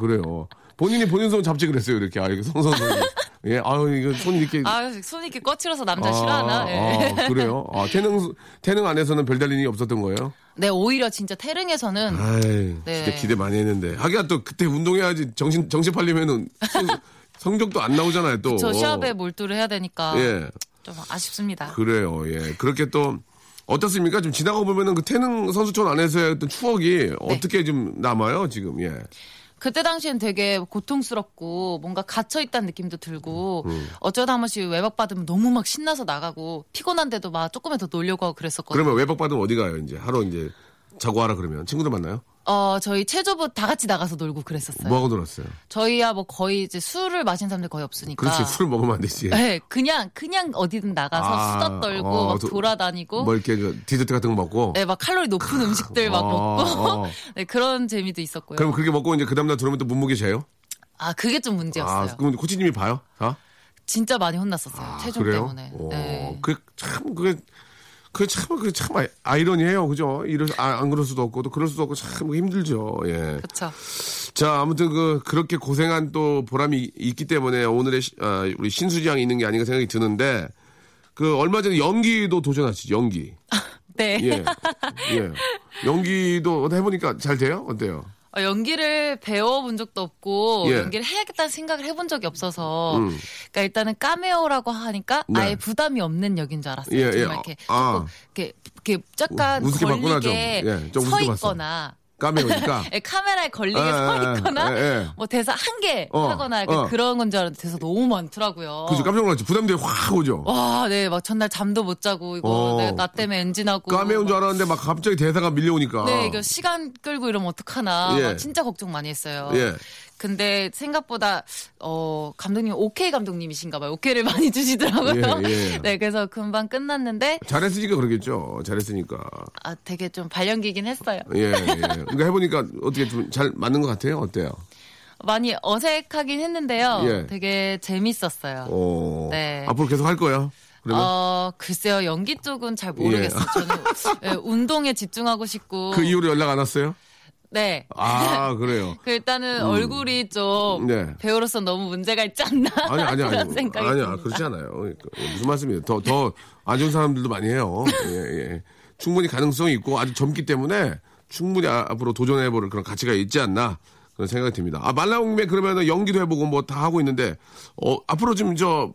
Speaker 1: 그래요. 본인이 본인 손 잡지 그랬어요, 이렇게. 아, 이렇게 송선선. 예, 아유, 이거 손이 이렇게.
Speaker 3: 아, 손이 이렇게 거칠어서 남자 싫어하나? 예.
Speaker 1: 아, 그래요? 아, 태능, 태능 안에서는 별달 일이 없었던 거예요?
Speaker 3: [laughs] 네, 오히려 진짜 태릉에서는
Speaker 1: 아이,
Speaker 3: 네.
Speaker 1: 진짜 기대 많이 했는데. 하긴 또 그때 운동해야지 정신, 정신 팔리면은 성- 성적도 안 나오잖아요, 또.
Speaker 3: 저 시합에 몰두를 해야 되니까
Speaker 1: 예,
Speaker 3: 좀 아쉽습니다.
Speaker 1: 그래요, 예. 그렇게 또, 어떻습니까? 좀 지나가 보면은 그 태능 선수촌 안에서의 어떤
Speaker 3: 네.
Speaker 1: 추억이 어떻게 좀 남아요, 지금, 예.
Speaker 3: 그때 당시엔 되게 고통스럽고 뭔가 갇혀 있다는 느낌도 들고
Speaker 1: 음,
Speaker 3: 어쩌다 한 번씩 외박 받으면 너무 막 신나서 나가고 피곤한데도 막 조금만 더 놀려고 하고 그랬었거든요.
Speaker 1: 그러면 외박 받으면 어디 가요, 이제? 하루 이제 자고 하라 그러면? 친구들 만나요?
Speaker 3: 어, 저희 체조부 다 같이 나가서 놀고 그랬었어요.
Speaker 1: 뭐하고 놀았어요?
Speaker 3: 저희야 뭐 거의 이제 술을 마신 사람들 거의 없으니까.
Speaker 1: 그렇지, 술을 먹으면 안 되지.
Speaker 3: [laughs] 네, 그냥 그냥 어디든 나가서
Speaker 1: 아,
Speaker 3: 수다 떨고
Speaker 1: 어,
Speaker 3: 막
Speaker 1: 도-
Speaker 3: 돌아다니고
Speaker 1: 뭐 이렇게 저 디저트 같은 거 먹고.
Speaker 3: 네, 막 칼로리 높은 음식들 막
Speaker 1: 어,
Speaker 3: 먹고
Speaker 1: 어.
Speaker 3: [laughs] 네, 그런 재미도 있었고요.
Speaker 1: 그럼 그렇게 먹고 이제 그 다음날 들어오면 또 몸무게 재요?
Speaker 3: 아 그게 좀 문제였어요.
Speaker 1: 아, 그럼 코치님이 봐요? 다?
Speaker 3: 진짜 많이 혼났었어요. 체중
Speaker 1: 그래요?
Speaker 3: 때문에.
Speaker 1: 오,
Speaker 3: 네.
Speaker 1: 그, 참, 그게, 그 참, 그 참 아이러니해요. 그죠? 이럴, 수- 아, 안 그럴 수도 없고, 또 그럴 수도 없고, 참 힘들죠. 예.
Speaker 3: 그렇죠.
Speaker 1: 자, 아무튼 그, 그렇게 고생한 또 보람이 이- 있기 때문에 오늘의, 시- 아, 우리 신수지양이 있는 게 아닌가 생각이 드는데, 그, 얼마 전에 연기도 도전하시죠, 연기.
Speaker 3: 네. [laughs]
Speaker 1: 예. 예. 연기도 어떻게 해보니까 잘 돼요? 어때요?
Speaker 3: 어, 연기를 배워본 적도 없고
Speaker 1: 예. 음.
Speaker 3: 연기를 해야겠다는 생각을 해본 적이 없어서 그러니까 일단은 까메오라고 하니까
Speaker 1: 네.
Speaker 3: 아예 부담이 없는 역인 줄 알았어요.
Speaker 1: 예, 예.
Speaker 3: 정말 이렇게
Speaker 1: 아.
Speaker 3: 조금 이렇게 이렇게 약간
Speaker 1: 우- 우습게 봤구나, 좀.
Speaker 3: 걸리게
Speaker 1: 예, 좀
Speaker 3: 서
Speaker 1: 우습게 봤어.
Speaker 3: 있거나 [laughs]
Speaker 1: 까메오니까.
Speaker 3: 예, 카메라에 걸리게
Speaker 1: 예, 예,
Speaker 3: 서 있거나
Speaker 1: 예, 예.
Speaker 3: 뭐 대사 한 개
Speaker 1: 어,
Speaker 3: 하거나 약간
Speaker 1: 어.
Speaker 3: 그런 건 줄 알았는데 대사 너무 많더라고요.
Speaker 1: 그죠? 깜짝 놀랐죠? 부담돼 확 오죠?
Speaker 3: 와, 네, 막 전날 잠도 못 자고 이거
Speaker 1: 어.
Speaker 3: 내가 나 때문에 엔진하고
Speaker 1: 까메오인 줄 알았는데 막 갑자기 대사가 밀려오니까.
Speaker 3: 네, 이거 시간 끌고 이러면 어떡하나.
Speaker 1: 어. 예.
Speaker 3: 막 진짜 걱정 많이 했어요.
Speaker 1: 예.
Speaker 3: 근데 생각보다 어 감독님 오케이 감독님이신가 봐요. 오케이를 많이 주시더라고요.
Speaker 1: 예, 예.
Speaker 3: [laughs] 네, 그래서 금방 끝났는데
Speaker 1: 잘했으니까 그러겠죠. 잘했으니까.
Speaker 3: 아 되게 좀 발연기긴 했어요.
Speaker 1: 예, 예. 그러니까 해보니까 어떻게 좀 잘 맞는 것 같아요? 어때요?
Speaker 3: 많이 어색하긴 했는데요.
Speaker 1: 예.
Speaker 3: 되게 재밌었어요.
Speaker 1: 어.
Speaker 3: 네.
Speaker 1: 앞으로 계속 할 거예요? 그러면?
Speaker 3: 어 글쎄요 연기 쪽은 잘 모르겠어요. 저는 예, 운동에 집중하고 싶고
Speaker 1: 그 이후로 연락 안 왔어요?
Speaker 3: 네.
Speaker 1: 아, 그래요.
Speaker 3: 그 일단은 얼굴이 좀
Speaker 1: 음. 네.
Speaker 3: 배우로서 너무 문제가 있지 않나
Speaker 1: 아니, 아니, 아니.
Speaker 3: [laughs] 그런 생각이
Speaker 1: 아니, 아,
Speaker 3: 듭니다.
Speaker 1: 그렇지 않아요. 그러니까 무슨 말씀이에요? 더, 더, 안 좋은 사람들도 많이 해요. 예, 예. 충분히 가능성이 있고 아주 젊기 때문에 충분히 아- 앞으로 도전해볼 그런 가치가 있지 않나 그런 생각이 듭니다. 아, 말라옹매 그러면 연기도 해보고 뭐 다 하고 있는데, 어, 앞으로 지금 저,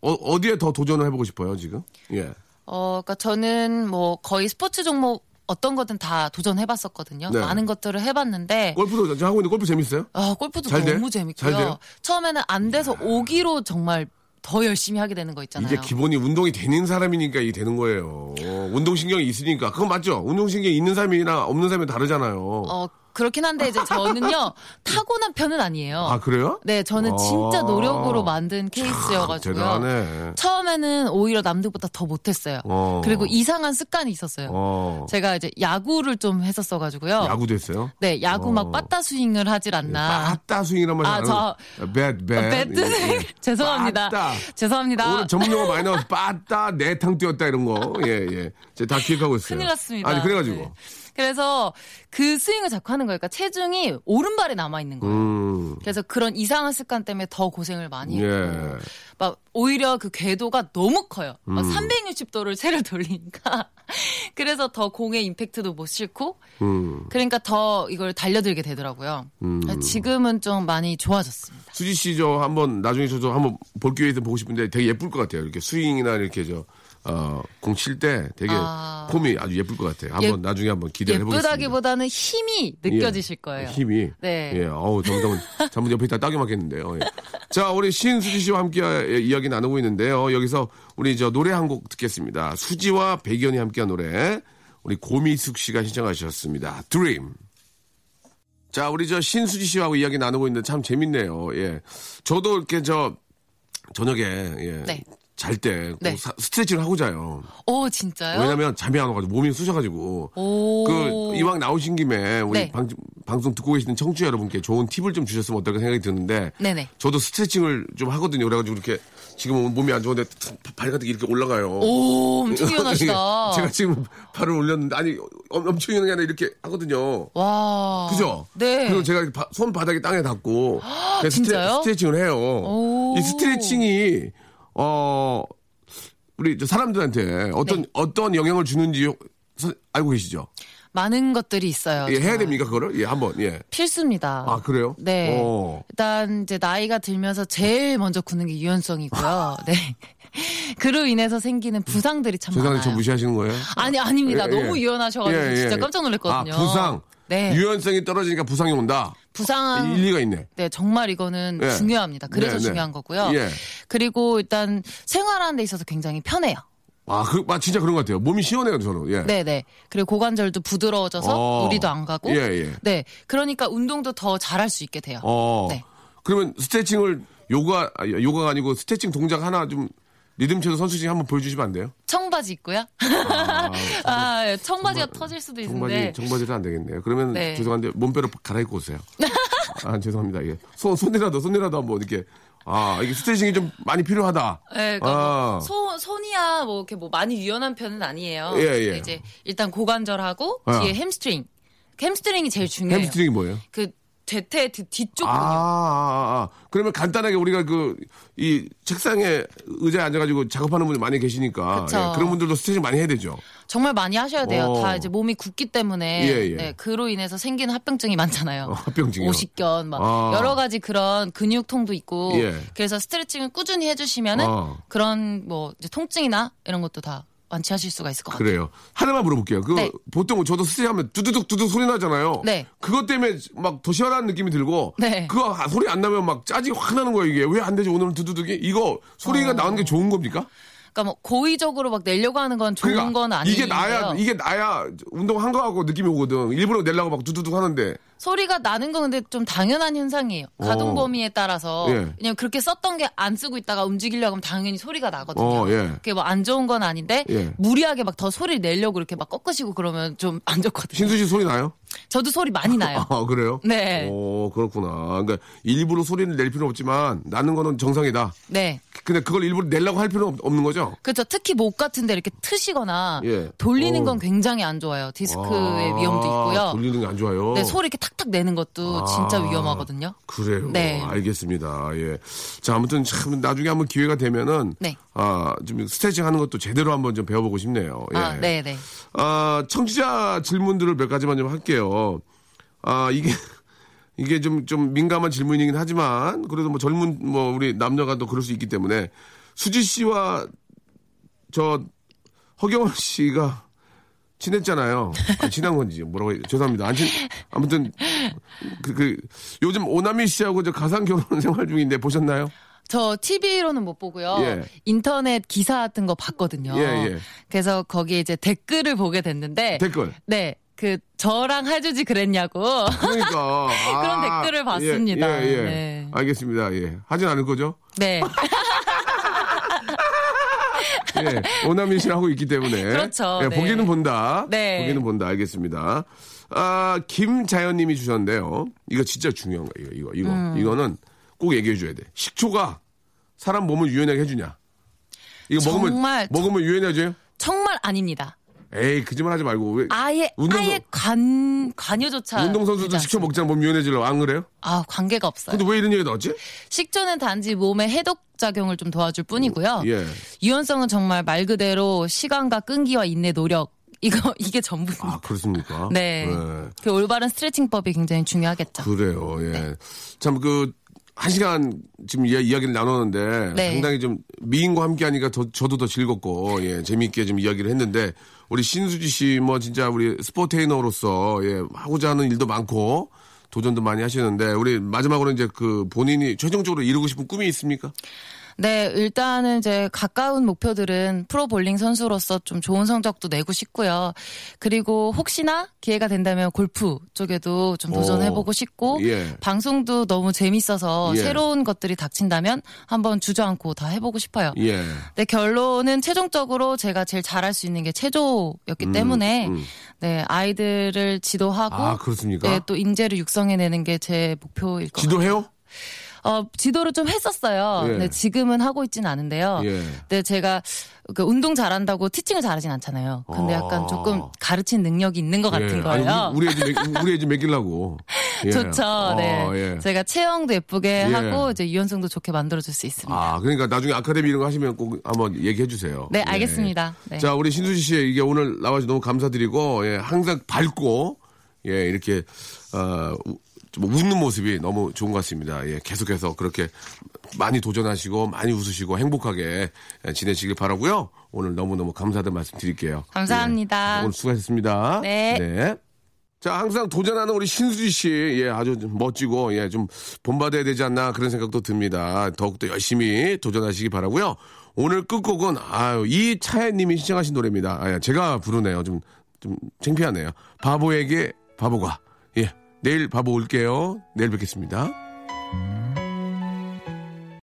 Speaker 1: 어, 어디에 더 도전을 해보고 싶어요, 지금? 예.
Speaker 3: 어, 그러니까 저는 뭐 거의 스포츠 종목 어떤 거든 다 도전해봤었거든요.
Speaker 1: 네.
Speaker 3: 많은 것들을 해봤는데
Speaker 1: 골프도 저 하고 있는데 골프 재밌어요?
Speaker 3: 아, 골프도
Speaker 1: 잘 돼요?
Speaker 3: 너무
Speaker 1: 잘 돼요?
Speaker 3: 재밌고요. 처음에는 안 돼서 오기로 정말 더 열심히 하게 되는 거 있잖아요.
Speaker 1: 이게 기본이 운동이 되는 사람이니까 이게 되는 거예요. 운동신경이 있으니까. 그건 맞죠? 운동신경이 있는 사람이나 없는 사람이 다르잖아요.
Speaker 3: 어, 그렇긴 한데 이제
Speaker 1: [laughs]
Speaker 3: 저는요 타고난 편은 아니에요.
Speaker 1: 아, 그래요?
Speaker 3: 네, 저는
Speaker 1: 아.
Speaker 3: 진짜 노력으로 만든 케이스여가지고요.
Speaker 1: 대단하네.
Speaker 3: 처음에는 오히려 남들보다 더 못했어요.
Speaker 1: 어.
Speaker 3: 그리고 이상한 습관이 있었어요.
Speaker 1: 어.
Speaker 3: 제가 이제 야구를 좀 했었어가지고요.
Speaker 1: 야구도 했어요?
Speaker 3: 네, 야구
Speaker 1: 어.
Speaker 3: 막 빠따 스윙을 하질 않나.
Speaker 1: 빠따 스윙이란 말
Speaker 3: 아,
Speaker 1: 잘
Speaker 3: 저-
Speaker 1: 알아요. 배트, 배트.
Speaker 3: 배트 스윙. [laughs] 죄송합니다.
Speaker 1: 빠따.
Speaker 3: 죄송합니다.
Speaker 1: 음, 오늘 전문 네. 용어 많이 나와서 빠따, 내탕 뛰었다 이런 거. 예, 예. 제가 다 기억하고 있어요.
Speaker 3: 큰일 났습니다.
Speaker 1: 아니, 그래가지고.
Speaker 3: 네. 그래서 그 스윙을 자꾸 하는 거니까 체중이 오른발에 남아 있는 거예요.
Speaker 1: 음.
Speaker 3: 그래서 그런 이상한 습관 때문에 더 고생을 많이 했고
Speaker 1: 예.
Speaker 3: 막 오히려 그 궤도가 너무 커요. 막
Speaker 1: 음.
Speaker 3: 360도를 새를 [laughs] 돌리니까 그래서 더 공의 임팩트도 못 싣고
Speaker 1: 음.
Speaker 3: 그러니까 더 이걸 달려들게 되더라고요. 지금은 좀 많이 좋아졌습니다.
Speaker 1: 수지 씨 저 한번 나중에 저도 한번 볼 기회 있으면 보고 싶은데 되게 예쁠 것 같아요. 이렇게 스윙이나 이렇게 저 어, 공 칠 때 되게
Speaker 3: 아.
Speaker 1: 폼이 아주 예쁠 것 같아요. 한번
Speaker 3: 예-
Speaker 1: 나중에 한번 기대를 네, 해보겠습니다.
Speaker 3: 예쁘다기보다는 힘이 느껴지실
Speaker 1: 예,
Speaker 3: 거예요.
Speaker 1: 힘이.
Speaker 3: 네.
Speaker 1: 예. 어우, 점점, 점점 옆에 있다 딱이 맞겠는데요. 예. 자, 우리 신수지 씨와 함께 아, 예, 이야기 나누고 있는데요. 여기서 우리 저 노래 한 곡 듣겠습니다. 수지와 백연이 함께한 노래. 우리 고미숙 씨가 신청하셨습니다. 드림. 자, 우리 저 신수지 씨하고 이야기 나누고 있는데 참 재밌네요. 예. 저도 이렇게 저 저녁에 예.
Speaker 3: 네.
Speaker 1: 잘 때 꼭
Speaker 3: 네.
Speaker 1: 스트레칭을 하고 자요.
Speaker 3: 오 어, 진짜요?
Speaker 1: 왜냐면 잠이 안 와가지고 몸이 쑤셔가지고.
Speaker 3: 오.
Speaker 1: 그 이왕 나오신 김에 우리
Speaker 3: 네.
Speaker 1: 방, 방송 듣고 계시는 청취자 여러분께 좋은 팁을 좀 주셨으면 어떨까 생각이 드는데
Speaker 3: 네네.
Speaker 1: 저도 스트레칭을 좀 하거든요. 그래가지고 이렇게 지금 몸이 안 좋은데 발가락 이렇게 올라가요. 네.
Speaker 3: 오
Speaker 1: [laughs]
Speaker 3: 엄청 뛰어나시다.
Speaker 1: 제가 지금 발을 올렸는데 아니 엄- 엄청 뛰는 게 아니라 이렇게 하거든요.
Speaker 3: 와.
Speaker 1: 그죠?
Speaker 3: 네. 아,
Speaker 1: 그리고 제가 이렇게 바- 손바닥에 땅에 닿고 그래서
Speaker 3: 진짜요?
Speaker 1: 스트레, 칭을 해요.
Speaker 3: 오.
Speaker 1: 이 스트레칭이 어 우리 저 사람들한테 어떤
Speaker 3: 네.
Speaker 1: 어떤 영향을 주는지 요- 서- 알고 계시죠?
Speaker 3: 많은 것들이 있어요.
Speaker 1: 예, 해야
Speaker 3: 아, 정말.
Speaker 1: 됩니까 그거를? 예, 한번 예.
Speaker 3: 필수입니다.
Speaker 1: 아, 그래요?
Speaker 3: 네.
Speaker 1: 어.
Speaker 3: 일단 이제 나이가 들면서 제일 먼저 굳는 게
Speaker 1: [laughs]
Speaker 3: 유연성이고요. 네. 그로 인해서 생기는 부상들이 참
Speaker 1: 세상에
Speaker 3: 많아요.
Speaker 1: 저 무시하시는 거예요?
Speaker 3: 아니 아닙니다.
Speaker 1: 예, 예.
Speaker 3: 너무 유연하셔가지고
Speaker 1: 예, 예,
Speaker 3: 진짜
Speaker 1: 예.
Speaker 3: 깜짝 놀랐거든요.
Speaker 1: 아, 부상.
Speaker 3: 네.
Speaker 1: 유연성이 떨어지니까 부상이 온다.
Speaker 3: 부상.
Speaker 1: 일리가 있네.
Speaker 3: 네, 정말 이거는
Speaker 1: 예.
Speaker 3: 중요합니다. 그래서
Speaker 1: 네, 네.
Speaker 3: 중요한 거고요.
Speaker 1: 예.
Speaker 3: 그리고 일단 생활하는 데 있어서 굉장히 편해요.
Speaker 1: 아, 그, 아, 진짜 그런 것 같아요. 몸이 시원해요, 저는. 예.
Speaker 3: 네네. 그리고 고관절도 부드러워져서
Speaker 1: 어.
Speaker 3: 우리도 안 가고.
Speaker 1: 예, 예.
Speaker 3: 네. 그러니까 운동도 더 잘할 수 있게 돼요.
Speaker 1: 어.
Speaker 3: 네.
Speaker 1: 그러면 스트레칭을 요가 아, 요가가 아니고 스트레칭 동작 하나 좀 리듬 체조 선수진 한번 보여주시면 안 돼요?
Speaker 3: 청바지 입고요. [laughs] 아, 예, 청바지가 터질 수도
Speaker 1: 정바지
Speaker 3: 있는데.
Speaker 1: 정바지를 안 되겠네요. 그러면
Speaker 3: 네.
Speaker 1: 죄송한데 몸빼로 갈아입고
Speaker 3: [laughs]
Speaker 1: 오세요. 아 죄송합니다. 예. 손 손이라도 손이라도 한번 이렇게 아 이게 스트레칭이 좀 많이 필요하다.
Speaker 3: 예, 그러니까
Speaker 1: 아.
Speaker 3: 뭐 손, 손이야 뭐 이렇게 뭐 많이 유연한 편은 아니에요.
Speaker 1: 예, 예.
Speaker 3: 근데 이제 일단 고관절하고
Speaker 1: 아.
Speaker 3: 뒤에 햄스트링. 햄스트링이 제일 중요해요.
Speaker 1: 햄스트링이 뭐예요?
Speaker 3: 그 대퇴 뒤- 뒤쪽
Speaker 1: 아,
Speaker 3: 근육.
Speaker 1: 아, 아, 아. 그러면 간단하게 우리가 그 이 책상에 의자에 앉아가지고 작업하는 분들 많이 계시니까
Speaker 3: 그쵸.
Speaker 1: 예, 그런 분들도 스트레칭 많이 해야 되죠.
Speaker 3: 정말 많이 하셔야 돼요.
Speaker 1: 어.
Speaker 3: 다 이제 몸이 굳기 때문에
Speaker 1: 예, 예.
Speaker 3: 네, 그로 인해서 생기는 합병증이 많잖아요.
Speaker 1: 어, 합병증이요?
Speaker 3: 오십견 막
Speaker 1: 아.
Speaker 3: 여러 가지 그런 근육통도 있고
Speaker 1: 예.
Speaker 3: 그래서 스트레칭을 꾸준히 해주시면은
Speaker 1: 어.
Speaker 3: 그런 뭐 이제 통증이나 이런 것도 다 완치하실 수가 있을 것 같아요.
Speaker 1: 그래요. 하나만 물어볼게요. 그
Speaker 3: 네.
Speaker 1: 보통 저도 스트레칭하면 두두둑 두둑 소리 나잖아요.
Speaker 3: 네.
Speaker 1: 그것 때문에 막 더 시원한 느낌이 들고
Speaker 3: 네.
Speaker 1: 그거 아- 소리 안 나면 막 짜증이 확 나는 거예요. 이게 왜 안 되지 오늘은 두두둑이 이거
Speaker 3: 어.
Speaker 1: 소리가 나는 게 좋은 겁니까?
Speaker 3: 그러니까 뭐 고의적으로 막 내려고 하는 건 좋은
Speaker 1: 그러니까
Speaker 3: 건 아니에요.
Speaker 1: 이게 나야 이게 나야 운동 한 거하고 느낌이 오거든. 일부러 내려고 막 두두둑 하는데
Speaker 3: 소리가 나는 건 근데 좀 당연한 현상이에요. 가동
Speaker 1: 어.
Speaker 3: 범위에 따라서
Speaker 1: 예.
Speaker 3: 그냥 그렇게 썼던 게 안 쓰고 있다가 움직이려고 하면 당연히 소리가 나거든요.
Speaker 1: 어, 예.
Speaker 3: 그게 뭐 안 좋은 건 아닌데
Speaker 1: 예.
Speaker 3: 무리하게 막 더 소리를 내려고 이렇게 막 꺾으시고 그러면 좀 안 좋거든요.
Speaker 1: 신수 씨 소리 나요?
Speaker 3: 저도
Speaker 1: [laughs]
Speaker 3: 소리 많이 나요.
Speaker 1: 아 그래요?
Speaker 3: 네.
Speaker 1: 오 그렇구나. 그러니까 일부러 소리를 낼 필요 는 없지만 나는 거는 정상이다.
Speaker 3: 네.
Speaker 1: 근데 그걸 일부러 내려고 할 필요는 없- 없는 거죠?
Speaker 3: 그렇죠. 특히 목 같은데 이렇게 트시거나
Speaker 1: 예.
Speaker 3: 돌리는
Speaker 1: 어우.
Speaker 3: 건 굉장히 안 좋아요. 디스크의
Speaker 1: 아,
Speaker 3: 위험도 있고요.
Speaker 1: 돌리는 게 안 좋아요.
Speaker 3: 네, 소리 이렇게 탁탁 내는 것도 진짜
Speaker 1: 아,
Speaker 3: 위험하거든요.
Speaker 1: 그래요.
Speaker 3: 네.
Speaker 1: 알겠습니다. 예. 자, 아무튼 참 나중에 한번 기회가 되면은
Speaker 3: 네.
Speaker 1: 아, 좀 스트레칭 하는 것도 제대로 한번 좀 배워보고 싶네요. 예.
Speaker 3: 아, 네, 네.
Speaker 1: 아, 청취자 질문들을 몇 가지만 좀 할게요. 아, 이게 [laughs] 이게 좀 좀 민감한 질문이긴 하지만 그래도 뭐 젊은 뭐 우리 남녀가 또 그럴 수 있기 때문에 수지 씨와 저 허경원 [laughs] 씨가 친했잖아요. 아, 친한 건지 뭐라고 해야- 죄송합니다. 안 친, 아무튼 그, 그 요즘 오나미 씨하고 저 가상 결혼 [laughs] 생활 중인데 보셨나요?
Speaker 3: 저 TV로는 못 보고요.
Speaker 1: 예.
Speaker 3: 인터넷 기사 같은 거 봤거든요.
Speaker 1: 예, 예.
Speaker 3: 그래서 거기에 이제 댓글을 보게 됐는데
Speaker 1: 댓글.
Speaker 3: 네. 그 저랑 해주지 그랬냐고. [laughs]
Speaker 1: 그러니까
Speaker 3: 그런 댓글을 봤습니다.
Speaker 1: 예, 예, 예.
Speaker 3: 네.
Speaker 1: 알겠습니다. 예, 하진 않을 거죠?
Speaker 3: 네.
Speaker 1: 예, 오나미 씨를 하고 있기 때문에
Speaker 3: 그렇죠.
Speaker 1: 예,
Speaker 3: 네.
Speaker 1: 보기는 본다.
Speaker 3: 네.
Speaker 1: 보기는 본다. 알겠습니다. 아, 김자연님이 주셨는데요. 이거 진짜 중요한 거예요. 이거 이거
Speaker 3: 음.
Speaker 1: 이거는 꼭 얘기해 줘야 돼. 식초가 사람 몸을 유연하게 해주냐? 이거 먹으면
Speaker 3: 정말-
Speaker 1: 먹으면 유연해져요?
Speaker 3: 정말 아닙니다.
Speaker 1: 에이 그짓말 하지 말고 왜
Speaker 3: 아예
Speaker 1: 운동선-
Speaker 3: 아예 관 관여조차
Speaker 1: 운동 선수도
Speaker 3: 되지
Speaker 1: 식초
Speaker 3: 않습니다.
Speaker 1: 먹자면 몸 유연해지려고 안 그래요?
Speaker 3: 아 관계가 없어요.
Speaker 1: 근데 왜 이런 얘기 나왔지?
Speaker 3: 식초는 단지 몸의 해독 작용을 좀 도와줄 뿐이고요.
Speaker 1: 예.
Speaker 3: 유연성은 정말 말 그대로 시간과 끈기와 인내 노력 이거 [laughs] 이게 전부입니다.
Speaker 1: 아 그렇습니까?
Speaker 3: 네.
Speaker 1: 예.
Speaker 3: 그 올바른 스트레칭법이 굉장히 중요하겠죠.
Speaker 1: 그래요. 예.
Speaker 3: 네.
Speaker 1: 참 그. 한 시간 지금 이야, 이야기를 나누는데
Speaker 3: 네.
Speaker 1: 상당히 좀 미인과 함께 하니까 더, 저도 더 즐겁고 예, 재미있게 좀 이야기를 했는데 우리 신수지 씨 뭐 진짜 우리 스포테이너로서 예, 하고자 하는 일도 많고 도전도 많이 하시는데 우리 마지막으로 이제 그 본인이 최종적으로 이루고 싶은 꿈이 있습니까?
Speaker 3: 네, 일단은 이제 가까운 목표들은 프로 볼링 선수로서 좀 좋은 성적도 내고 싶고요. 그리고 혹시나 기회가 된다면 골프 쪽에도 좀 도전해보고 싶고
Speaker 1: 예.
Speaker 3: 방송도 너무 재밌어서
Speaker 1: 예.
Speaker 3: 새로운 것들이 닥친다면 한번 주저앉고 다 해보고 싶어요.
Speaker 1: 예.
Speaker 3: 네, 결론은 최종적으로 제가 제일 잘할 수 있는 게 체조였기 때문에 네, 아이들을 지도하고
Speaker 1: 음, 아, 그렇습니까?
Speaker 3: 네, 또 인재를 육성해내는 게 제 목표일 것 같아요.
Speaker 1: 지도해요?
Speaker 3: 어, 지도를 좀 했었어요.
Speaker 1: 예.
Speaker 3: 네, 지금은 하고 있진 않은데요.
Speaker 1: 예.
Speaker 3: 근데 제가 그 운동 잘한다고 티칭을 잘하진 않잖아요. 근데
Speaker 1: 아.
Speaker 3: 약간 조금 가르친 능력이 있는 것 같은
Speaker 1: 예. 아니,
Speaker 3: 거예요.
Speaker 1: 우리, 우리 애지 먹- 우리 애지 먹이려고. 예.
Speaker 3: [laughs] 좋죠.
Speaker 1: 어,
Speaker 3: 네.
Speaker 1: 예.
Speaker 3: 제가 체형도 예쁘게
Speaker 1: 예.
Speaker 3: 하고 이제 유연성도 좋게 만들어 줄 수 있습니다.
Speaker 1: 아, 그러니까 나중에 아카데미 이런 거 하시면 꼭 한번 얘기해 주세요.
Speaker 3: 네,
Speaker 1: 예.
Speaker 3: 알겠습니다. 네.
Speaker 1: 자, 우리 신수지 씨, 이게 오늘 나와주셔서 너무 감사드리고, 예, 항상 밝고, 예, 이렇게, 어, 우- 좀 웃는 모습이 너무 좋은 것 같습니다. 예, 계속해서 그렇게 많이 도전하시고, 많이 웃으시고, 행복하게 예, 지내시길 바라고요 오늘 너무너무 감사하다는 말씀 드릴게요.
Speaker 3: 감사합니다.
Speaker 1: 예, 오늘 수고하셨습니다.
Speaker 3: 네.
Speaker 1: 자, 항상 도전하는 우리 신수지 씨, 예, 아주 좀 멋지고, 예, 좀 본받아야 되지 않나 그런 생각도 듭니다. 더욱더 열심히 도전하시기 바라고요 오늘 끝곡은, 아유, 이차혜 님이 신청하신 노래입니다. 아, 예, 제가 부르네요. 좀, 좀 창피하네요. 바보에게 바보가. 예, 내일 바보 올게요. 내일 뵙겠습니다.